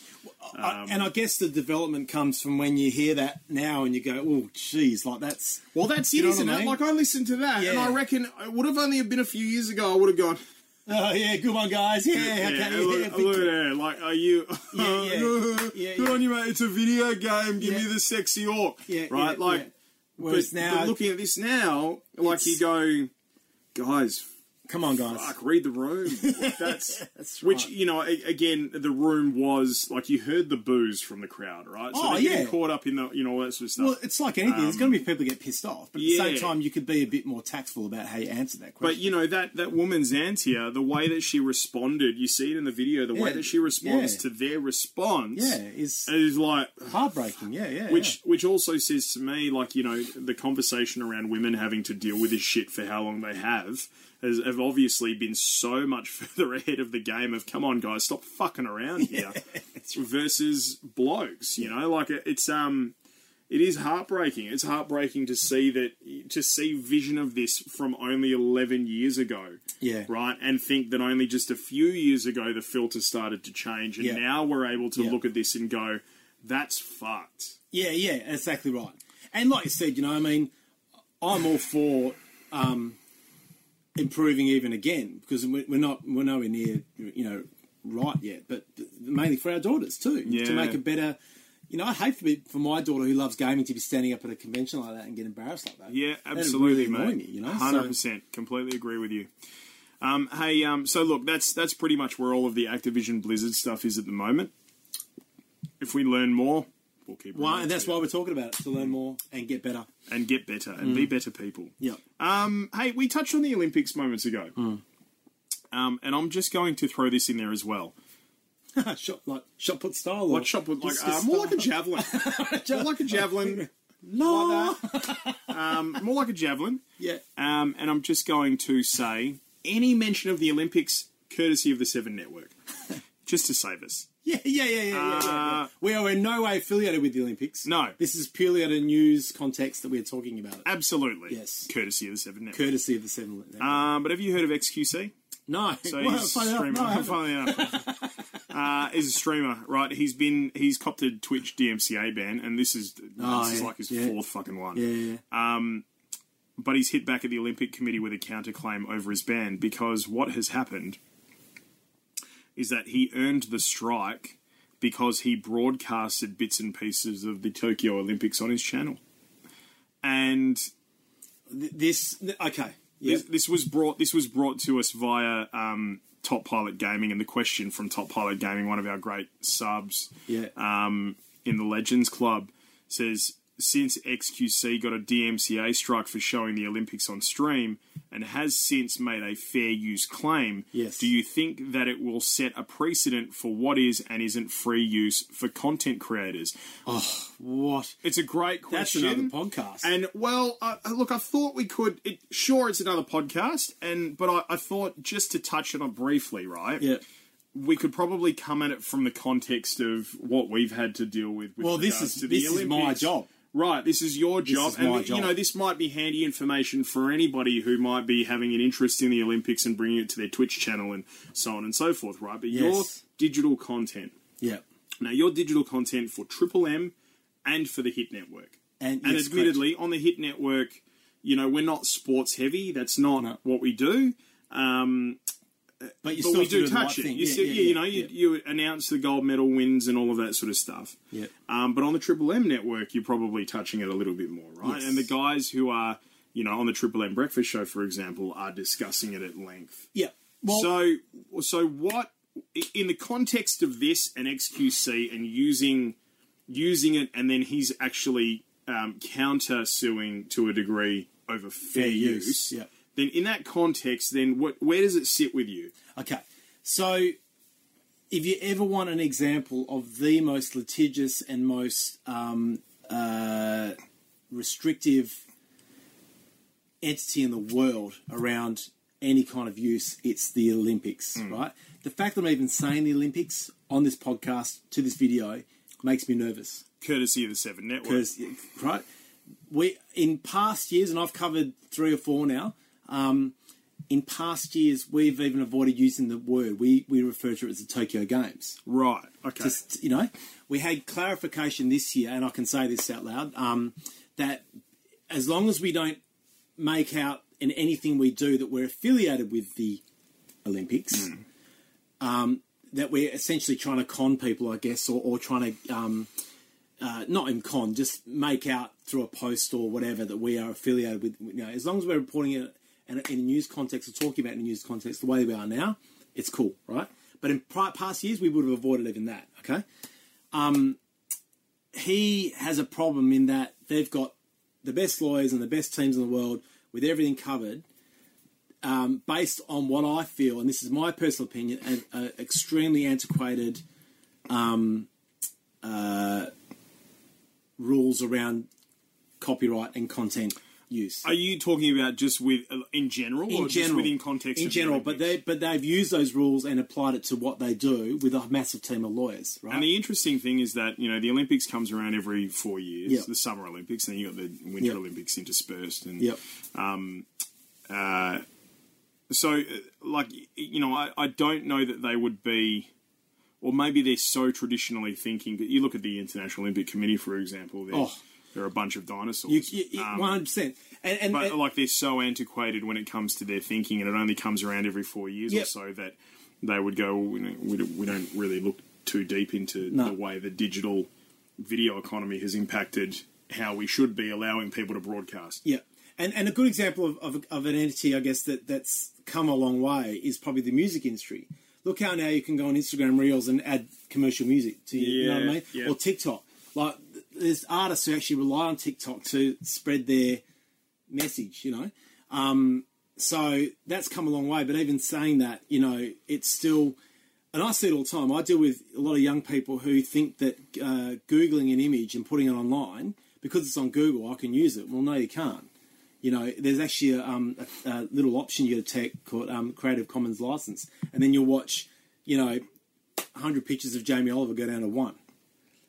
[SPEAKER 2] Um,
[SPEAKER 3] I- and I guess the development comes from when you hear that now and you go, "Oh, geez, like that's."
[SPEAKER 2] Well, that's
[SPEAKER 3] You
[SPEAKER 2] it,
[SPEAKER 3] know
[SPEAKER 2] isn't
[SPEAKER 3] what I
[SPEAKER 2] it?
[SPEAKER 3] mean?
[SPEAKER 2] Like I listened to that, and
[SPEAKER 3] Yeah.
[SPEAKER 2] I reckon it would have only been a few years ago. I would have gone,
[SPEAKER 3] Oh yeah, good one, guys. Yeah, okay, yeah,
[SPEAKER 2] yeah, look,
[SPEAKER 3] yeah,
[SPEAKER 2] look
[SPEAKER 3] big-
[SPEAKER 2] at that. Like, are you?
[SPEAKER 3] Yeah, yeah.
[SPEAKER 2] good
[SPEAKER 3] Yeah,
[SPEAKER 2] on you, mate. It's a video game. Give
[SPEAKER 3] Yeah.
[SPEAKER 2] me the sexy orc,
[SPEAKER 3] Yeah,
[SPEAKER 2] right?
[SPEAKER 3] yeah,
[SPEAKER 2] like,
[SPEAKER 3] yeah. Whereas
[SPEAKER 2] but,
[SPEAKER 3] now,
[SPEAKER 2] but looking at this now, like
[SPEAKER 3] It's-
[SPEAKER 2] you go, guys,
[SPEAKER 3] Come on, guys.
[SPEAKER 2] Fuck, read the room. That's,
[SPEAKER 3] That's
[SPEAKER 2] which
[SPEAKER 3] right.
[SPEAKER 2] you know. a- Again, the room was like you heard the boos from the crowd, right? So
[SPEAKER 3] Oh,
[SPEAKER 2] they're getting
[SPEAKER 3] yeah.
[SPEAKER 2] caught up in the you know all that sort of stuff.
[SPEAKER 3] Well, it's like anything. There's going to be people that get pissed off, but at the same
[SPEAKER 2] Um, yeah.
[SPEAKER 3] time, you could be a bit more tactful about how you answer that
[SPEAKER 2] but
[SPEAKER 3] question.
[SPEAKER 2] you know that that woman's Antia, the way that she responded, you see it in the video, the way
[SPEAKER 3] Yeah,
[SPEAKER 2] that she responds
[SPEAKER 3] yeah.
[SPEAKER 2] to their response,
[SPEAKER 3] yeah, is
[SPEAKER 2] is like
[SPEAKER 3] heartbreaking. Yeah, yeah.
[SPEAKER 2] Which which also says to me, like you know, the conversation around women having to deal with this shit for how long they have has have obviously been so much further ahead of the game of come on guys, stop fucking around here. versus blokes, you know, like it- it's um. It is heartbreaking. It's heartbreaking to see that to see vision of this from only eleven years ago.
[SPEAKER 3] Yeah.
[SPEAKER 2] Right? And think that only just a few years ago the filter started to change and
[SPEAKER 3] Yeah.
[SPEAKER 2] now we're able to
[SPEAKER 3] Yeah.
[SPEAKER 2] look at this and go, That's fucked.
[SPEAKER 3] Yeah, yeah, exactly right. And like you said, you know, I mean, I'm all for um, improving even again because we- we're not we're nowhere near you know right yet, but mainly for our daughters too
[SPEAKER 2] Yeah.
[SPEAKER 3] to make a better. You know, I'd hate for, me, for my daughter who loves gaming to be standing up at a convention like that and get embarrassed like that.
[SPEAKER 2] Yeah,
[SPEAKER 3] That'd really
[SPEAKER 2] absolutely,
[SPEAKER 3] annoy
[SPEAKER 2] mate.
[SPEAKER 3] Me, you know,
[SPEAKER 2] hundred
[SPEAKER 3] So,
[SPEAKER 2] percent. Completely agree with you. Um, hey, um, so look, that's that's pretty much where all of the Activision Blizzard stuff is at the moment. If we learn more, we'll keep.
[SPEAKER 3] why,
[SPEAKER 2] bringing
[SPEAKER 3] and
[SPEAKER 2] it
[SPEAKER 3] that's
[SPEAKER 2] to you.
[SPEAKER 3] why we're talking about it to learn more and get better.
[SPEAKER 2] and get better and be better people.
[SPEAKER 3] Mm. Yeah, Mm.
[SPEAKER 2] Hey, we touched on the Olympics moments ago, um, and I'm just going to throw this in there as well. Uh,
[SPEAKER 3] shot like shot put style.
[SPEAKER 2] Like shot put like uh, more like a javelin, more like a javelin,
[SPEAKER 3] no.
[SPEAKER 2] um, more like a javelin.
[SPEAKER 3] Yeah,
[SPEAKER 2] Um, and I'm just going to say any mention of the Olympics, courtesy of the Seven Network, just to save us.
[SPEAKER 3] Yeah, yeah, yeah, yeah, yeah, yeah, yeah. We are in no way affiliated with the Olympics.
[SPEAKER 2] Uh, No.
[SPEAKER 3] This is purely at a news context that we are talking about it.
[SPEAKER 2] Absolutely.
[SPEAKER 3] Yes.
[SPEAKER 2] Courtesy of the Seven Network.
[SPEAKER 3] Courtesy of the Seven.
[SPEAKER 2] um, but have you heard of XQC?
[SPEAKER 3] no.
[SPEAKER 2] So
[SPEAKER 3] Well,
[SPEAKER 2] he's a
[SPEAKER 3] funny enough,
[SPEAKER 2] streamer.
[SPEAKER 3] no, I haven't.
[SPEAKER 2] Funny enough. uh, he's a streamer, right? He's been he's copped a Twitch DMCA ban, and this is
[SPEAKER 3] Oh,
[SPEAKER 2] this is
[SPEAKER 3] yeah,
[SPEAKER 2] like his
[SPEAKER 3] yeah.
[SPEAKER 2] fourth fucking one.
[SPEAKER 3] Yeah, yeah, yeah.
[SPEAKER 2] But he's hit back at the Olympic Committee with a counterclaim over his ban because what has happened is that he earned the strike because he broadcasted bits and pieces of the Tokyo Olympics on his channel, and
[SPEAKER 3] Th- This. th- Okay. Yeah.
[SPEAKER 2] This, this was brought this was brought to us via um, Top Pilot Gaming and the question from Top Pilot Gaming, one of our great subs
[SPEAKER 3] Yeah.
[SPEAKER 2] uh, in the Legends Club, says since XQC got a DMCA strike for showing the Olympics on stream and has since made a fair use claim,
[SPEAKER 3] Yes.
[SPEAKER 2] do you think that it will set a precedent for what is and isn't free use for content creators?
[SPEAKER 3] what?
[SPEAKER 2] It's a great
[SPEAKER 3] That's
[SPEAKER 2] question.
[SPEAKER 3] another podcast.
[SPEAKER 2] And well, uh, look, I thought we could. It, sure, it's another podcast, and but I, I thought just to touch on it briefly, right?
[SPEAKER 3] yeah.
[SPEAKER 2] We could probably come at it from the context of what we've had to deal with. with
[SPEAKER 3] Well, this
[SPEAKER 2] regards
[SPEAKER 3] is
[SPEAKER 2] to the
[SPEAKER 3] this is my
[SPEAKER 2] Olympics.
[SPEAKER 3] job.
[SPEAKER 2] Right, this is your job,
[SPEAKER 3] is
[SPEAKER 2] and
[SPEAKER 3] my
[SPEAKER 2] th- you
[SPEAKER 3] job.
[SPEAKER 2] know this might be handy information for anybody who might be having an interest in the Olympics and bringing it to their Twitch channel and so on and so forth. Right, but your
[SPEAKER 3] Yes.
[SPEAKER 2] digital content
[SPEAKER 3] Yeah.
[SPEAKER 2] now, your digital content for Triple M and for the Hit Network.
[SPEAKER 3] And-
[SPEAKER 2] and
[SPEAKER 3] yes,
[SPEAKER 2] admittedly, on the Hit Network, you know, we're not sports heavy. That's not
[SPEAKER 3] No.
[SPEAKER 2] what we do.
[SPEAKER 3] But you
[SPEAKER 2] But
[SPEAKER 3] still
[SPEAKER 2] we
[SPEAKER 3] have to
[SPEAKER 2] do
[SPEAKER 3] the right
[SPEAKER 2] touch it.
[SPEAKER 3] thing.
[SPEAKER 2] You,
[SPEAKER 3] yeah,
[SPEAKER 2] see-
[SPEAKER 3] yeah,
[SPEAKER 2] you
[SPEAKER 3] yeah,
[SPEAKER 2] know,
[SPEAKER 3] yeah.
[SPEAKER 2] you, you announce the gold medal wins and all of that sort of stuff.
[SPEAKER 3] Yeah.
[SPEAKER 2] Um, but on the Triple M network, you're probably touching it a little bit more, right?
[SPEAKER 3] Yes.
[SPEAKER 2] And the guys who are, you know, on the Triple M Breakfast Show, for example, are discussing it at length.
[SPEAKER 3] Yeah. Well,
[SPEAKER 2] so, so what in the context of this and XQC and using using it, and then he's actually um, counter suing to a degree over fair,
[SPEAKER 3] use,
[SPEAKER 2] use.
[SPEAKER 3] yeah.
[SPEAKER 2] Then in that context, then what, where does it sit with you?
[SPEAKER 3] Okay. So, if you ever want an example of the most litigious and most um, uh, restrictive entity in the world around any kind of use, it's the Olympics, right? The fact that I'm even saying the Olympics on this podcast to this video makes me nervous
[SPEAKER 2] Courtesy of the Seven Network.
[SPEAKER 3] because right we in past years and i've covered three or four now um, in past years we've even avoided using the word we we refer to it as the tokyo games
[SPEAKER 2] right. Okay.
[SPEAKER 3] just you know we had clarification this year and i can say this out loud um, that as long as we don't make out in anything we do that we're affiliated with the olympics um, that we're essentially trying to con people i guess or, or trying to um, uh, not in con just make out through a post or whatever that we are affiliated with you know as long as we're reporting it and in a news context, or talking about in a news context the way we are now, it's cool, right? But in pri past years, we would have avoided even that, okay? Um, he has a problem in that they've got the best lawyers and the best teams in the world with everything covered um, based on what I feel, and this is my personal opinion, an an extremely antiquated um, uh, rules around copyright and content use.
[SPEAKER 2] Are you talking about just with uh, in general, or just within context?
[SPEAKER 3] in
[SPEAKER 2] of the
[SPEAKER 3] general, but
[SPEAKER 2] Olympics?
[SPEAKER 3] they but they've used those rules and applied it to what they do with a massive team of lawyers, right?
[SPEAKER 2] And the interesting thing is that you know the Olympics comes around every four years,
[SPEAKER 3] Yeah.
[SPEAKER 2] the Summer Olympics, and then you got the Winter
[SPEAKER 3] Yeah.
[SPEAKER 2] Olympics interspersed, and
[SPEAKER 3] yep.
[SPEAKER 2] so uh, like y- you know I, I don't know that they would be or maybe they're so traditionally thinking but you look at the international olympic committee for example they're,
[SPEAKER 3] Oh.
[SPEAKER 2] they're a bunch of dinosaurs
[SPEAKER 3] You- you- you-
[SPEAKER 2] Um,
[SPEAKER 3] 100%. And, and,
[SPEAKER 2] but
[SPEAKER 3] and-
[SPEAKER 2] like they're so antiquated when it comes to their thinking and it only comes around every four years or
[SPEAKER 3] Yep.
[SPEAKER 2] so that they would go well, you know, we, don't, we don't really look too deep into
[SPEAKER 3] No.
[SPEAKER 2] the way the digital video economy has impacted how we should be allowing people to broadcast
[SPEAKER 3] Yeah, and and a good example of, of, of an entity, I guess that that's come a long way is probably the music industry. Look how now you can go on Instagram Reels and add commercial music to you know what I
[SPEAKER 2] Yeah,
[SPEAKER 3] mean,
[SPEAKER 2] yeah.
[SPEAKER 3] or TikTok. Like th- there's artists who actually rely on TikTok to spread their message. You know, um, so that's come a long way. But even saying that, you know, it's still. And I see it all the time. I deal with a lot of young people who think that uh, Googling an image and putting it online, because it's on Google, I can use it. Well, no, you can't. You know, there's actually a, um, a, a little option you take called um, Creative Commons license, and then you'll watch, you know, 100 pictures of Jamie Oliver go down to one,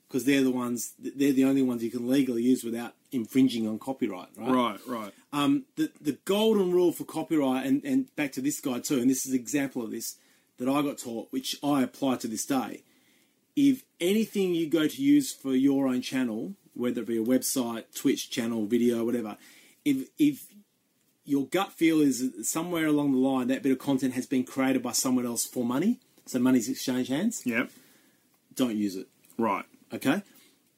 [SPEAKER 3] because they're the ones, they're the only ones you can legally use without infringing on copyright, right?
[SPEAKER 2] right right
[SPEAKER 3] Uh, the, the golden rule for copyright, and, and back to this guy too, and this is an example of this that I got taught, which I apply to this day. If anything you go to use for your own channel, whether it be a website, Twitch channel, video, whatever, if if your gut feel is that somewhere along the line that bit of content has been created by someone else for money, so money's exchanged hands,
[SPEAKER 2] yep
[SPEAKER 3] don't use it.
[SPEAKER 2] right
[SPEAKER 3] Okay.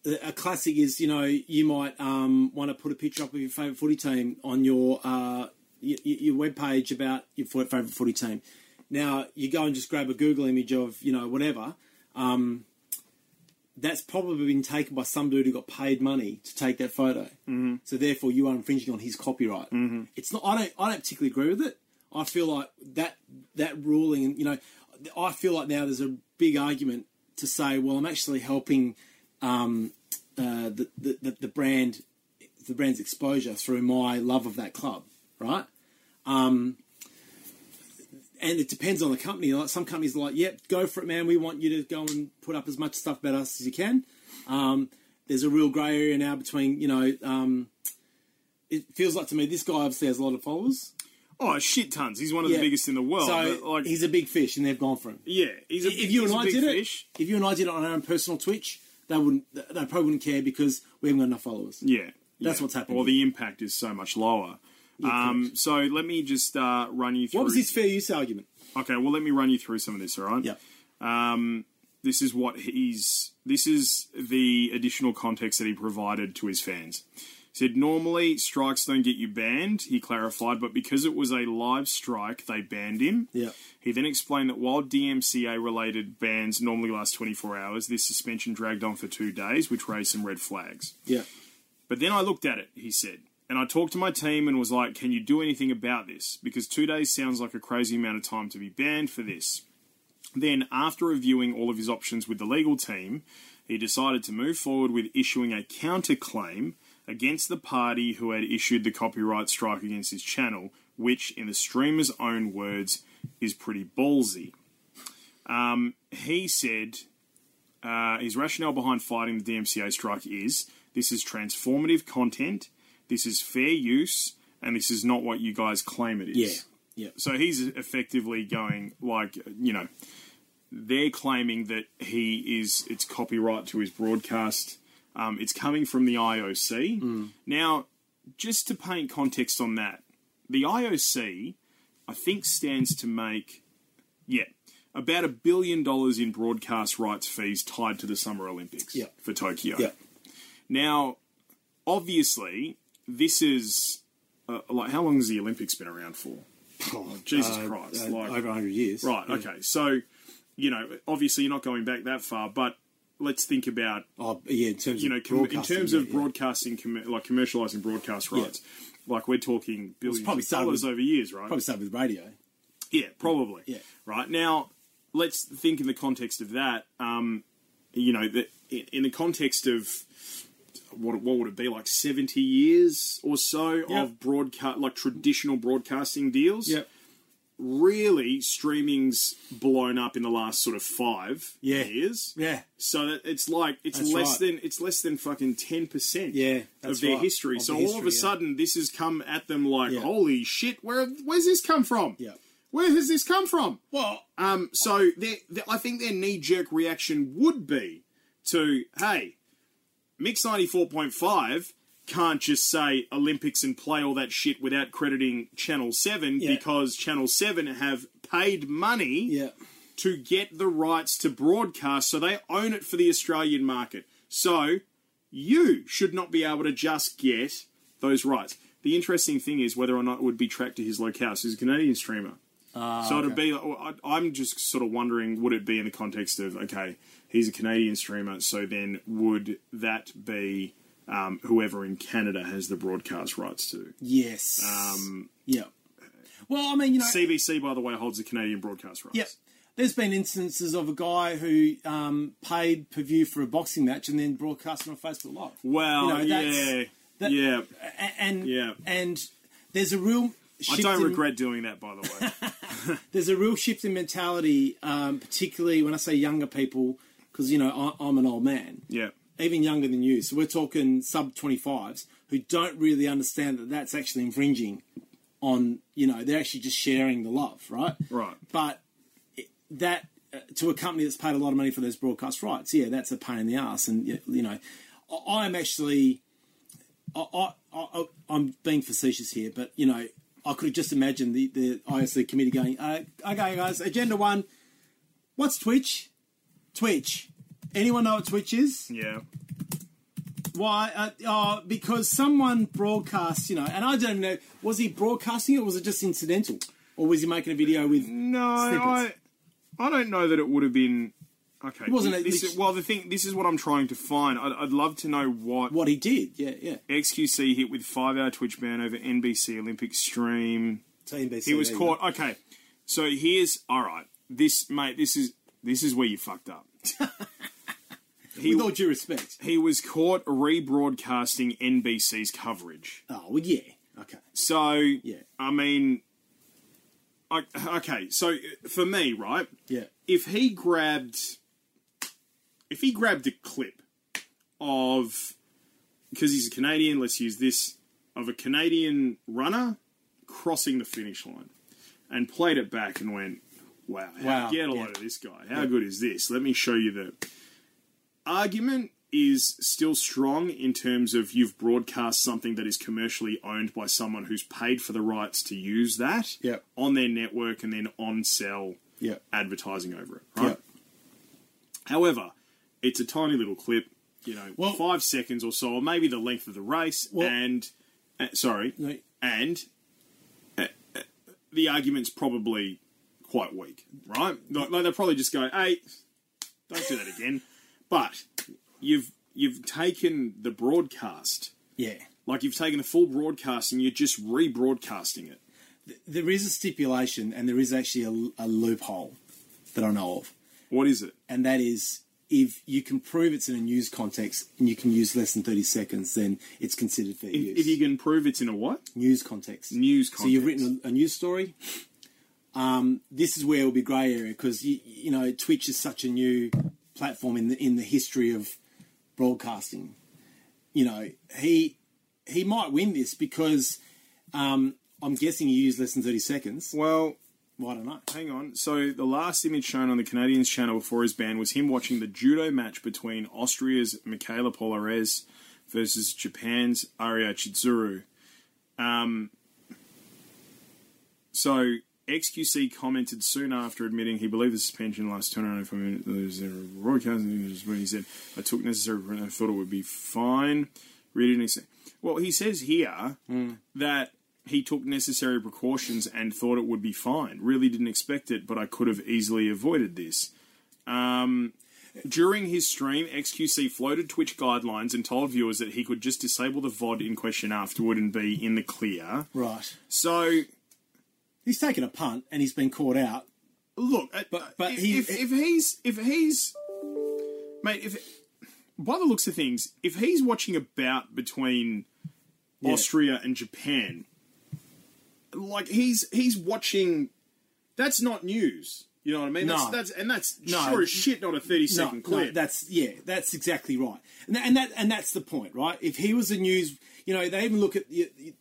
[SPEAKER 3] A a classic is, you know, you might um, want to put a picture up of your favourite footy team on your uh, your, your webpage about your fo- favourite footy team. Now, you go and just grab a Google image of, you know, whatever. Um, that's probably been taken by some dude who got paid money to take that photo. Mm-hmm. So therefore, you are infringing on his copyright. Mm-hmm. It's not. I don't. I don't particularly agree with it. I feel like that that ruling. You know, I feel like now there's a big argument to say, well, I'm actually helping uh, the, the, the- the brand the brand's exposure through my love of that club, right? Um, and it depends on the company. Like some companies are like, "Yep, go for it, man. We want you to go and put up as much stuff about us as you can." Um, there's a real grey area now between you know. Um, it feels like to me this guy obviously has a lot of followers.
[SPEAKER 2] oh shit tons he's one of
[SPEAKER 3] Yeah.
[SPEAKER 2] the biggest in the world
[SPEAKER 3] so
[SPEAKER 2] Oh, but, like
[SPEAKER 3] he's a big fish, and they've gone for him.
[SPEAKER 2] yeah he's a,
[SPEAKER 3] if you
[SPEAKER 2] he's
[SPEAKER 3] and
[SPEAKER 2] a
[SPEAKER 3] I
[SPEAKER 2] big
[SPEAKER 3] did it,
[SPEAKER 2] fish.
[SPEAKER 3] if you and I did it on our own personal Twitch, they wouldn't. They probably wouldn't care because we haven't got enough followers.
[SPEAKER 2] Yeah.
[SPEAKER 3] That's
[SPEAKER 2] yeah.
[SPEAKER 3] what's happened
[SPEAKER 2] Or the impact is so much lower. um,
[SPEAKER 3] correct.
[SPEAKER 2] so let me just uh, run you through.
[SPEAKER 3] What was his fair use argument?
[SPEAKER 2] Okay, well, let me run you through some of this, all right?
[SPEAKER 3] Yeah.
[SPEAKER 2] This is what he's. This is the additional context that he provided to his fans. He said, normally strikes don't get you banned, he clarified, but because it was a live strike, they banned him.
[SPEAKER 3] Yeah.
[SPEAKER 2] He then explained that while DMCA related bans normally last 24 hours, this suspension dragged on for two days, which raised some red flags.
[SPEAKER 3] Yeah.
[SPEAKER 2] But then I looked at it, he said, and I talked to my team and was like, can you do anything about this? Because two days sounds like a crazy amount of time to be banned for this. Then, after reviewing all of his options with the legal team, he decided to move forward with issuing a counterclaim against the party who had issued the copyright strike against his channel, which, in the streamer's own words, is pretty ballsy. Um, he said uh, his rationale behind fighting the DMCA strike is this is transformative content, this is fair use, and this is not what you guys claim it is.
[SPEAKER 3] Yeah. Yeah.
[SPEAKER 2] So he's effectively going like you know, they're claiming that he is it's copyright to his broadcast. Um, it's coming from the IOC.
[SPEAKER 3] Mm.
[SPEAKER 2] Now, just to paint context on that, the IOC, I think, stands to make yeah about a billion dollars in broadcast rights fees tied to the Summer Olympics
[SPEAKER 3] Yeah.
[SPEAKER 2] for Tokyo.
[SPEAKER 3] Yeah.
[SPEAKER 2] Now, obviously, this is uh, like how long has the Olympics been around for? Oh, Jesus
[SPEAKER 3] Uh,
[SPEAKER 2] Christ!
[SPEAKER 3] uh,
[SPEAKER 2] like
[SPEAKER 3] over 100 years.
[SPEAKER 2] Right.
[SPEAKER 3] Yeah.
[SPEAKER 2] Okay. So, you know, obviously you're not going back that far, but let's think about
[SPEAKER 3] Oh, yeah, in terms
[SPEAKER 2] you know
[SPEAKER 3] of
[SPEAKER 2] com- in
[SPEAKER 3] broadcasting,
[SPEAKER 2] terms
[SPEAKER 3] yeah,
[SPEAKER 2] of
[SPEAKER 3] yeah.
[SPEAKER 2] broadcasting, com- like commercializing broadcast rights. Like we're talking billions
[SPEAKER 3] probably
[SPEAKER 2] of
[SPEAKER 3] started
[SPEAKER 2] dollars
[SPEAKER 3] with-
[SPEAKER 2] over years, right?
[SPEAKER 3] Probably start with radio.
[SPEAKER 2] Yeah, probably.
[SPEAKER 3] Yeah.
[SPEAKER 2] Right now, let's think in the context of that. Um, you know, the, in, in the context of what what would it be like seventy years or so
[SPEAKER 3] Yeah.
[SPEAKER 2] of broadcast, like traditional broadcasting deals.
[SPEAKER 3] Yep.
[SPEAKER 2] Really, streaming's blown up in the last sort of five
[SPEAKER 3] Yeah.
[SPEAKER 2] years.
[SPEAKER 3] Yeah.
[SPEAKER 2] So that it's like it's
[SPEAKER 3] That's
[SPEAKER 2] less
[SPEAKER 3] right.
[SPEAKER 2] than it's less than fucking ten percent
[SPEAKER 3] Yeah,
[SPEAKER 2] of
[SPEAKER 3] that's
[SPEAKER 2] their
[SPEAKER 3] right.
[SPEAKER 2] history.
[SPEAKER 3] Of
[SPEAKER 2] so
[SPEAKER 3] the
[SPEAKER 2] all of
[SPEAKER 3] history,
[SPEAKER 2] a
[SPEAKER 3] yeah.
[SPEAKER 2] sudden, this has come at them like,
[SPEAKER 3] Yeah.
[SPEAKER 2] holy shit, where where's this come from?
[SPEAKER 3] Yeah.
[SPEAKER 2] Where has this come from?
[SPEAKER 3] Well,
[SPEAKER 2] Um, so their, their- I think their knee jerk reaction would be to, hey, Mix 94.5 can't just say Olympics and play all that shit without crediting Channel 7
[SPEAKER 3] Yeah.
[SPEAKER 2] because Channel 7 have paid money
[SPEAKER 3] yeah.
[SPEAKER 2] to get the rights to broadcast so they own it for the Australian market. So you should not be able to just get those rights. The interesting thing is whether or not it would be tracked to his locale. So he's a Canadian streamer.
[SPEAKER 3] Ah,
[SPEAKER 2] so it'd be. I- I'm just sort of wondering, would it be in the context of okay, he's a Canadian streamer, so then would that be um, whoever in Canada has the broadcast rights to?
[SPEAKER 3] Yes. Um, yeah. Well, I mean, you know.
[SPEAKER 2] CBC, by the way, holds the Canadian broadcast rights.
[SPEAKER 3] Yep. There's been instances of a guy who um, paid per view for a boxing match and then broadcast it on Facebook Live.
[SPEAKER 2] Well,
[SPEAKER 3] You know, that's-
[SPEAKER 2] yeah,
[SPEAKER 3] that-
[SPEAKER 2] yeah.
[SPEAKER 3] A- and
[SPEAKER 2] Yeah.
[SPEAKER 3] and there's a real
[SPEAKER 2] I
[SPEAKER 3] shift
[SPEAKER 2] don't
[SPEAKER 3] in,
[SPEAKER 2] regret doing that, by the way.
[SPEAKER 3] there's a real shift in mentality, um, particularly when I say younger people, because you know I, I'm an old man,
[SPEAKER 2] Yeah.
[SPEAKER 3] even younger than you. So we're talking sub 25s who don't really understand that that's actually infringing on you know they're actually just sharing the love, right?
[SPEAKER 2] Right.
[SPEAKER 3] But it- that uh, to a company that's paid a lot of money for those broadcast rights, yeah, that's a pain in the ass. And y- you know, I- I'm actually, I, I, I, I'm being facetious here, but you know, I could have just imagined the the ISC committee going, uh, okay, guys, agenda one, what's Twitch? Twitch. Anyone know what Twitch is?
[SPEAKER 2] Yeah.
[SPEAKER 3] Why? Uh, oh, because someone broadcasts, you know, and I don't know, was he broadcasting it or was it just incidental? Or was he making a video with.
[SPEAKER 2] No, I,
[SPEAKER 3] Snippets.
[SPEAKER 2] I don't know that it would have been. Okay.
[SPEAKER 3] wasn't a-
[SPEAKER 2] this is, well, the thing. This is what I'm trying to find. I'd, I'd love to know what,
[SPEAKER 3] What he did, yeah, yeah.
[SPEAKER 2] XQC hit with five-hour Twitch ban over NBC Olympic stream.
[SPEAKER 3] TNBC,
[SPEAKER 2] He was caught. Okay, so here's all right. This mate, this is this is where you fucked up. he
[SPEAKER 3] With all due respect.
[SPEAKER 2] he was caught rebroadcasting NBC's coverage.
[SPEAKER 3] Oh, well, yeah. Okay.
[SPEAKER 2] So
[SPEAKER 3] Yeah.
[SPEAKER 2] I mean, I, okay. So for me, right?
[SPEAKER 3] Yeah.
[SPEAKER 2] If he grabbed, if he grabbed a clip of, because he's a Canadian, let's use this of a Canadian runner crossing the finish line, and played it back and went, "Wow, how-
[SPEAKER 3] Wow,
[SPEAKER 2] get a
[SPEAKER 3] yeah.
[SPEAKER 2] load of this guy. How good is this? Let me show you the." argument is still strong in terms of you've broadcast something that is commercially owned by someone who's paid for the rights to use that
[SPEAKER 3] Yep.
[SPEAKER 2] on their network and then on sell
[SPEAKER 3] Yep.
[SPEAKER 2] advertising over it. Right? However, it's a tiny little clip, you know,
[SPEAKER 3] Well-
[SPEAKER 2] five seconds or so, or maybe the length of the race,
[SPEAKER 3] Well-
[SPEAKER 2] and uh, sorry,
[SPEAKER 3] No.
[SPEAKER 2] and uh, uh, the argument's probably quite weak, right? Like, like they'll probably just go, "Hey, don't do that again." but you've you've taken the broadcast,
[SPEAKER 3] Yeah.
[SPEAKER 2] like you've taken the full broadcast, and you're just rebroadcasting it.
[SPEAKER 3] There is a stipulation, and there is actually a, a loophole that I know of,
[SPEAKER 2] What is it?
[SPEAKER 3] and that is if you can prove it's in a news context and you can use less than 30 seconds, then it's considered fair use.
[SPEAKER 2] If, if you can prove it's in a what?
[SPEAKER 3] news context.
[SPEAKER 2] News
[SPEAKER 3] So you've
[SPEAKER 2] context.
[SPEAKER 3] written a, a news story. Um, this is where it will be grey area because you, you know Twitch is such a new platform in the in the history of broadcasting. You know he he might win this because um, I'm guessing he used less than thirty seconds.
[SPEAKER 2] Well,
[SPEAKER 3] Well, I don't know.
[SPEAKER 2] Hang on. So the last image shown on the Canadian's channel before his ban was him watching the judo match between Austria's Michaela Polares versus Japan's Aria Chizuru. Um, so XQC commented soon after admitting he believed the suspension lasted 295 minutes. There was a broadcast news where he said, "I took necessary and I thought it would be fine." Reading, well, he says here that he took necessary precautions and thought it would be fine. Really didn't expect it, but I could have easily avoided this. Um, during his stream, XQC floated Twitch guidelines and told viewers that he could just disable the VOD in question afterward and be in the clear.
[SPEAKER 3] Right.
[SPEAKER 2] So,
[SPEAKER 3] He's taken a punt and he's been caught out.
[SPEAKER 2] look, but,
[SPEAKER 3] But- but
[SPEAKER 2] if,
[SPEAKER 3] he-
[SPEAKER 2] if, if he's if he's mate, if by the looks of things, if he's watching a bout between Austria and Japan, like he's he's watching, that's not news. You know what I mean? That's,
[SPEAKER 3] No.
[SPEAKER 2] that's and that's
[SPEAKER 3] No.
[SPEAKER 2] sure as shit not a thirty second clip.
[SPEAKER 3] that's yeah, that's exactly right, and that, and that and that's the point, right? If he was a news, you know, they even look at you, you-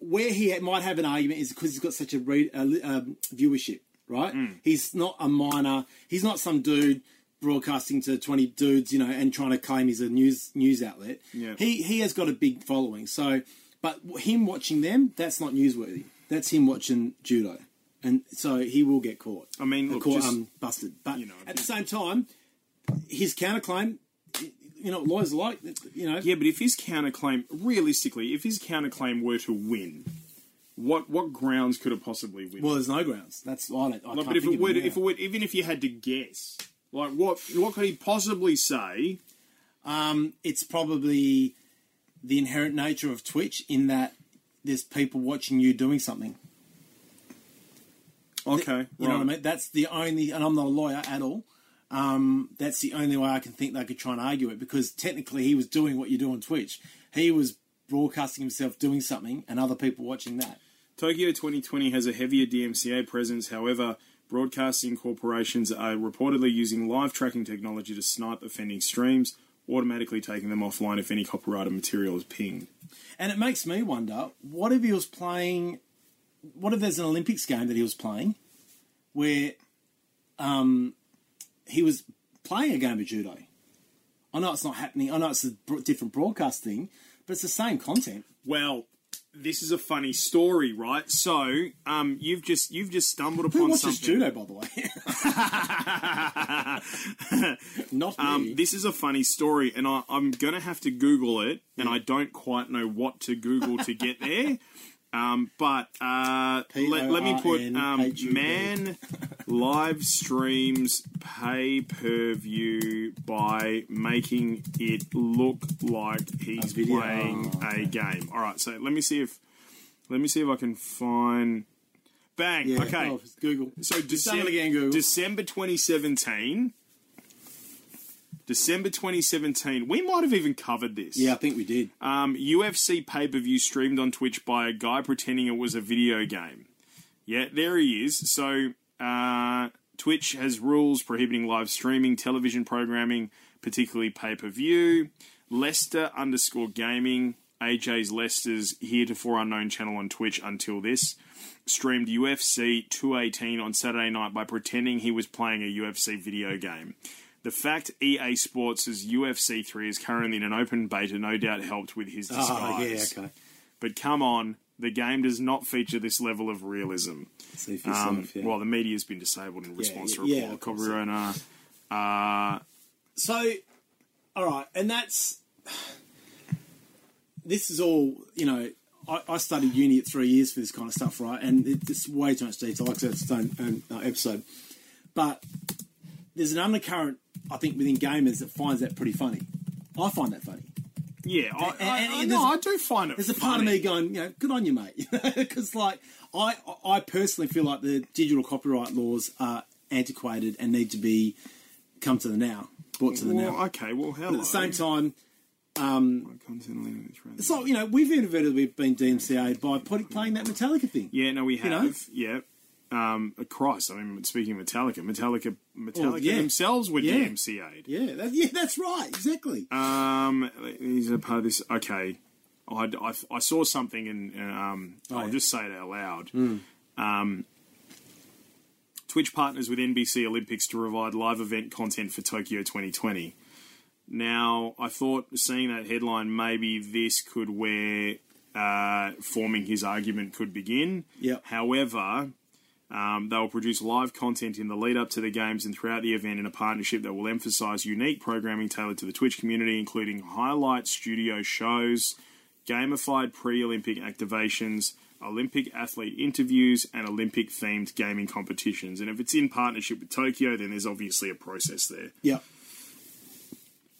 [SPEAKER 3] where he ha- might have an argument is because he's got such a re, uh, li- um, viewership, right?
[SPEAKER 2] Mm.
[SPEAKER 3] He's not a minor. He's not some dude broadcasting to twenty dudes, you know, and trying to claim he's a news news outlet.
[SPEAKER 2] Yeah.
[SPEAKER 3] He he has got a big following, so but him watching them, that's not newsworthy. That's him watching judo. And so he will get caught.
[SPEAKER 2] I mean, look,
[SPEAKER 3] caught,
[SPEAKER 2] just-
[SPEAKER 3] um, busted. But
[SPEAKER 2] you know,
[SPEAKER 3] at the same time, his counterclaim, you know, lawyers are like, you know,
[SPEAKER 2] Yeah, but if his counterclaim, realistically, if his counterclaim were to win, what what grounds could it possibly win?
[SPEAKER 3] well, there's no grounds. That's I don't. I
[SPEAKER 2] Like,
[SPEAKER 3] can't
[SPEAKER 2] but if
[SPEAKER 3] think
[SPEAKER 2] it
[SPEAKER 3] of
[SPEAKER 2] were,
[SPEAKER 3] any,
[SPEAKER 2] if it
[SPEAKER 3] yeah.
[SPEAKER 2] were, even if you had to guess, like what what could he possibly say?
[SPEAKER 3] it's probably the inherent nature of Twitch in that there's people watching you doing something.
[SPEAKER 2] Okay,
[SPEAKER 3] You know what I mean? That's the only, and I'm not a lawyer at all. Um, that's the only way I can think they could try and argue it because technically he was doing what you do on Twitch. He was broadcasting himself doing something, and other people watching that.
[SPEAKER 2] Tokyo 2020 has a heavier DMCA presence. However, broadcasting corporations are reportedly using live tracking technology to snipe offending streams, automatically taking them offline if any copyrighted material is pinged.
[SPEAKER 3] And it makes me wonder what if he was playing, what if there's an Olympics game that he was playing where um, he was playing a game of judo? I know it's not happening, I know it's a bro- different broadcast thing, but it's the same content.
[SPEAKER 2] Well, this is a funny story, right? So, um, you've just you've just stumbled
[SPEAKER 3] Who
[SPEAKER 2] upon
[SPEAKER 3] watches
[SPEAKER 2] something.
[SPEAKER 3] judo, by the way? not me.
[SPEAKER 2] Um, this is a funny story, and I, I'm going to have to Google it, and I don't quite know what to Google to get there. Um, but uh, let, let me put um,
[SPEAKER 3] P-O-R-N-H-U-D.
[SPEAKER 2] man live streams pay per view by making it look like he's
[SPEAKER 3] A video. Oh,
[SPEAKER 2] playing a game. All right, so let me see if let me see if I can find. Bang!
[SPEAKER 3] Yeah.
[SPEAKER 2] Okay,
[SPEAKER 3] Oh, Google.
[SPEAKER 2] so
[SPEAKER 3] Done
[SPEAKER 2] December,
[SPEAKER 3] it again, Google.
[SPEAKER 2] December 2017. December 2017. We might have even covered this.
[SPEAKER 3] yeah, I think we did.
[SPEAKER 2] Um, UFC pay per view streamed on Twitch by a guy pretending it was a video game. Yeah, there he is. So uh, Twitch has rules prohibiting live streaming, television programming, particularly pay per view. Lester underscore gaming. AJ's Lester's heretofore unknown channel on Twitch until this streamed UFC 218 on Saturday night by pretending he was playing a UFC video game. The fact EA Sports' UFC 3 is currently in an open beta no doubt helped with his disguise.
[SPEAKER 3] Oh, yeah, okay.
[SPEAKER 2] But come on, the game does not feature this level of realism.
[SPEAKER 3] See for
[SPEAKER 2] Um,
[SPEAKER 3] yourself, yeah.
[SPEAKER 2] Well, the media's been disabled in response
[SPEAKER 3] yeah,
[SPEAKER 2] to
[SPEAKER 3] yeah,
[SPEAKER 2] a
[SPEAKER 3] of
[SPEAKER 2] report
[SPEAKER 3] course.
[SPEAKER 2] of copyright owner. Uh,
[SPEAKER 3] So, all right, and that's this is all you know. I, I studied uni at three years for this kind of stuff, right? And it, it's way too much detail. Like I said, it's its own own, uh, episode, but there's an undercurrent I think within gamers that finds that pretty funny. I find that funny.
[SPEAKER 2] yeah, I,
[SPEAKER 3] And- and
[SPEAKER 2] I- I-
[SPEAKER 3] there's-
[SPEAKER 2] no, I do find it.
[SPEAKER 3] There's a part of me going, you know, good on you, mate, because like I, I personally feel like the digital copyright laws are antiquated and need to be come to the now, brought to the now.
[SPEAKER 2] Well, okay, well, hello.
[SPEAKER 3] But at the same time,
[SPEAKER 2] Content leading the trend.
[SPEAKER 3] It's like, you know, we've inadvertently been DMCA'd by put- playing that Metallica thing.
[SPEAKER 2] Yeah, no, we have.
[SPEAKER 3] know?
[SPEAKER 2] Yeah. Um, uh, Christ, I mean, speaking of Metallica, Metallica, Metallica
[SPEAKER 3] yeah.
[SPEAKER 2] themselves were
[SPEAKER 3] Yeah.
[SPEAKER 2] DMCA'd.
[SPEAKER 3] Yeah, that, yeah that's right, exactly.
[SPEAKER 2] Um, these are part of this. Okay, I, I, I saw something, and and, um, I'll
[SPEAKER 3] yeah.
[SPEAKER 2] just say it out loud. Um, Twitch partners with NBC Olympics to provide live event content for Tokyo 2020. Now, I thought seeing that headline, maybe this could where uh, forming his argument could begin.
[SPEAKER 3] Yep.
[SPEAKER 2] However, um, they will produce live content in the lead up to the games and throughout the event in a partnership that will emphasize unique programming tailored to the Twitch community, including highlight studio shows, gamified pre Olympic activations, Olympic athlete interviews, and Olympic themed gaming competitions. And if it's in partnership with Tokyo, then there's obviously a process there.
[SPEAKER 3] Yeah.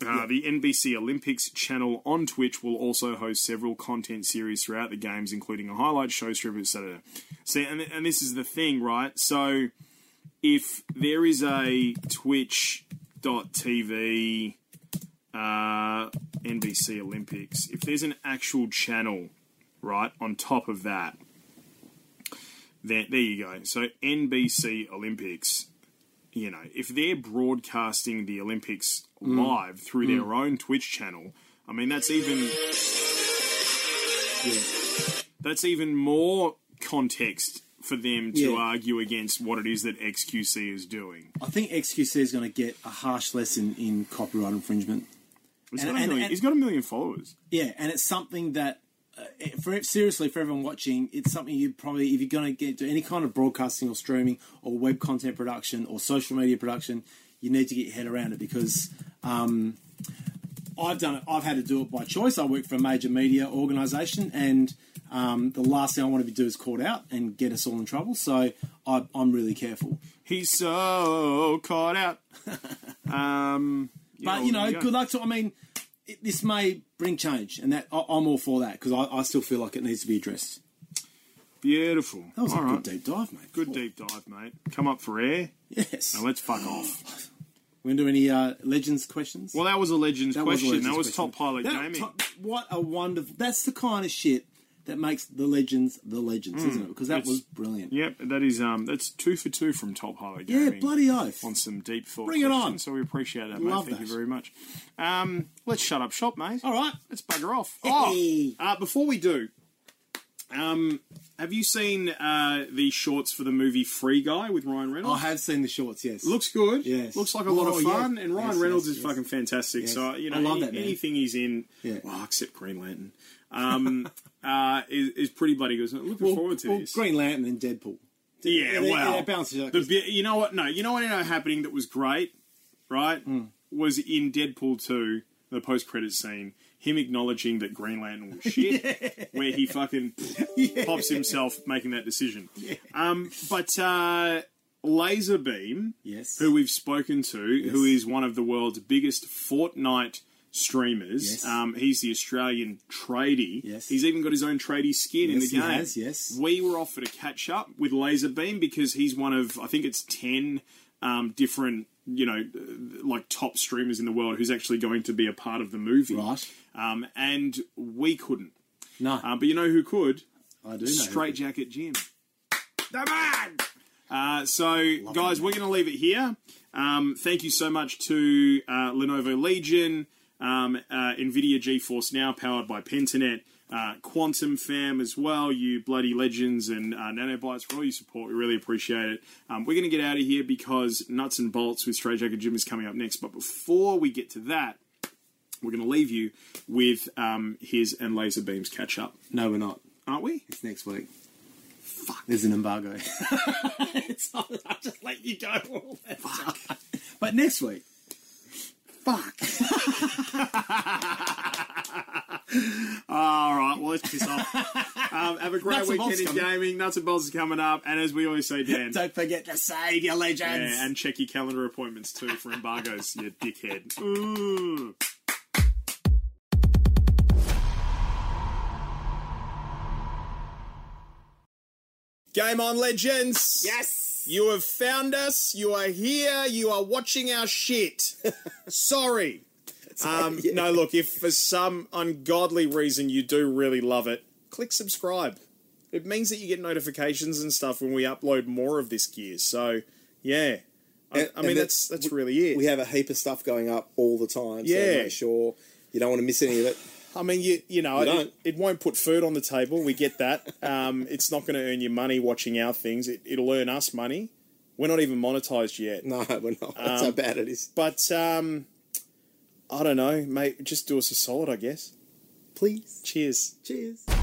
[SPEAKER 2] Uh, the NBC Olympics channel on Twitch will also host several content series throughout the games, including a highlight show strip, etc. See, and, and this is the thing, right? So, if there is a Twitch.tv uh, NBC Olympics, if there's an actual channel, right, on top of that, then there you go. So, NBC Olympics you know, if they're broadcasting the Olympics live through their own Twitch channel, I mean that's even that's even more context for them to
[SPEAKER 3] Yeah.
[SPEAKER 2] argue against what it is that XQC is doing.
[SPEAKER 3] I think XQC is going to get a harsh lesson in copyright infringement.
[SPEAKER 2] He's
[SPEAKER 3] And-
[SPEAKER 2] got, a
[SPEAKER 3] and-
[SPEAKER 2] million,
[SPEAKER 3] and-
[SPEAKER 2] he's got a million followers.
[SPEAKER 3] Yeah, and it's something that, uh, for, seriously, for everyone watching, it's something you probably, if you're going to get into any kind of broadcasting or streaming or web content production or social media production, you need to get your head around it because um, I've done it. I've had to do it by choice. I work for a major media organisation, and um, the last thing I want to be do is called out and get us all in trouble. So I, I'm really careful.
[SPEAKER 2] He's so caught out. um,
[SPEAKER 3] But you
[SPEAKER 2] there
[SPEAKER 3] know,
[SPEAKER 2] go.
[SPEAKER 3] good luck to. I mean, it, this may bring change, and that I, I'm all for that because I, I still feel like it needs to be addressed.
[SPEAKER 2] Beautiful.
[SPEAKER 3] That was
[SPEAKER 2] All
[SPEAKER 3] a
[SPEAKER 2] right.
[SPEAKER 3] good deep dive, mate.
[SPEAKER 2] Good deep dive, mate. Come up for air.
[SPEAKER 3] Yes.
[SPEAKER 2] Now let's fuck off.
[SPEAKER 3] We're gonna do any uh, legends questions.
[SPEAKER 2] Well, that was a legends
[SPEAKER 3] That was a
[SPEAKER 2] question.
[SPEAKER 3] legends
[SPEAKER 2] that was
[SPEAKER 3] question.
[SPEAKER 2] top pilot
[SPEAKER 3] That-
[SPEAKER 2] gaming.
[SPEAKER 3] top- what a wonderful. That's the kind of shit that makes the legends the legends, isn't it? Because that
[SPEAKER 2] Hmm. It's-
[SPEAKER 3] was brilliant.
[SPEAKER 2] Yep, that is um, that's two for two from Top Highlight
[SPEAKER 3] Yeah,
[SPEAKER 2] Gaming.
[SPEAKER 3] bloody oath.
[SPEAKER 2] on some deep thought.
[SPEAKER 3] Bring it
[SPEAKER 2] questions,
[SPEAKER 3] on.
[SPEAKER 2] So we appreciate that, mate.
[SPEAKER 3] Love
[SPEAKER 2] Thank
[SPEAKER 3] that.
[SPEAKER 2] you very much. Um, let's shut up shop, mate.
[SPEAKER 3] All right.
[SPEAKER 2] Let's bugger off.
[SPEAKER 3] Hey.
[SPEAKER 2] Oh, uh, before we do, um, have you seen uh, the shorts for the movie Free Guy with Ryan
[SPEAKER 3] I
[SPEAKER 2] Reynolds?
[SPEAKER 3] have seen the shorts. Yes.
[SPEAKER 2] Looks good.
[SPEAKER 3] Yes.
[SPEAKER 2] Looks like a lot
[SPEAKER 3] Oh,
[SPEAKER 2] of
[SPEAKER 3] yeah.
[SPEAKER 2] fun, and Ryan
[SPEAKER 3] Yes,
[SPEAKER 2] Reynolds
[SPEAKER 3] yes,
[SPEAKER 2] is
[SPEAKER 3] yes.
[SPEAKER 2] fucking fantastic.
[SPEAKER 3] Yes.
[SPEAKER 2] So you know,
[SPEAKER 3] I love
[SPEAKER 2] any-
[SPEAKER 3] that man.
[SPEAKER 2] anything he's in,
[SPEAKER 3] Yeah.
[SPEAKER 2] well, except Green Lantern, um, uh, is, is pretty bloody good. So looking
[SPEAKER 3] well,
[SPEAKER 2] forward to
[SPEAKER 3] well,
[SPEAKER 2] this.
[SPEAKER 3] Green Lantern and Deadpool.
[SPEAKER 2] Yeah,
[SPEAKER 3] they-
[SPEAKER 2] well,
[SPEAKER 3] they bounce each other.
[SPEAKER 2] the bi- you know what? No, you know what ended up happening that was great, right?
[SPEAKER 3] Hmm.
[SPEAKER 2] Was in Deadpool two, the post credit scene, him acknowledging that Green Lantern was shit, where he fucking pops himself making that decision. Um, but uh, Laser Beam,
[SPEAKER 3] Yes.
[SPEAKER 2] who we've spoken to, who is one of the world's biggest Fortnite streamers.
[SPEAKER 3] Yes.
[SPEAKER 2] Um, he's the Australian tradie.
[SPEAKER 3] Yes.
[SPEAKER 2] He's even got his own tradie skin in the
[SPEAKER 3] Yes, he
[SPEAKER 2] game.
[SPEAKER 3] has, yes.
[SPEAKER 2] We were offered a catch up with Laser Beam because he's one of I think it's ten um, different you know uh, like top streamers in the world who's actually going to be a part of the movie.
[SPEAKER 3] Right.
[SPEAKER 2] Um, and we couldn't.
[SPEAKER 3] No,
[SPEAKER 2] Um, but you know who could?
[SPEAKER 3] I do know.
[SPEAKER 2] Straight Jacket Jim. The man! Uh, so, guys, we're going to leave it here. Um, thank you so much to uh, Lenovo Legion, um, uh, NVIDIA GeForce Now, powered by Pentanet, uh, Quantum Fam as well, you bloody legends and uh, nanobites for all your support. We really appreciate it. Um, we're going to get out of here because Nuts and Bolts with Straight Jacket Jim is coming up next. But before we get to that, we're going to leave you with um, his and Laser Beam's catch up,
[SPEAKER 3] No, we're not.
[SPEAKER 2] aren't we?
[SPEAKER 3] It's next week. Fuck. There's an embargo. It's- I just let you go. All that time. But next week. Fuck.
[SPEAKER 2] All right, well, let's piss off. um, have a great
[SPEAKER 3] Nuts and
[SPEAKER 2] weekend
[SPEAKER 3] bolts
[SPEAKER 2] in
[SPEAKER 3] coming.
[SPEAKER 2] gaming. Nuts and bolts is coming up, and as we always say, Dan,
[SPEAKER 3] Don't forget to save your
[SPEAKER 2] yeah,
[SPEAKER 3] legends.
[SPEAKER 2] and check your calendar appointments too for embargoes, you dickhead. Ooh.
[SPEAKER 1] Game on, legends!
[SPEAKER 3] yes.
[SPEAKER 1] You have found us. You are here. You are watching our shit. Sorry. Um, No, look, if for some ungodly reason you do really love it, click subscribe. It means that you get notifications and stuff when we upload more of this gear. So, yeah. I,
[SPEAKER 8] And-
[SPEAKER 1] I
[SPEAKER 8] and
[SPEAKER 1] mean, that's
[SPEAKER 8] that's-
[SPEAKER 1] that's really it.
[SPEAKER 8] We have a heap of stuff going up all the time.
[SPEAKER 1] Yeah.
[SPEAKER 8] So make sure you don't want to miss any of it.
[SPEAKER 1] I mean, you you know,
[SPEAKER 8] We
[SPEAKER 1] it,
[SPEAKER 8] don't.
[SPEAKER 1] it won't put food on the table. We get that. Um, it's not going to earn you money watching our things. It, it'll earn us money. We're not even monetized yet.
[SPEAKER 8] No, we're not. That's how bad it is.
[SPEAKER 1] But um, I don't know, mate. Just do us a solid, I guess.
[SPEAKER 8] Please.
[SPEAKER 1] Cheers.
[SPEAKER 8] Cheers.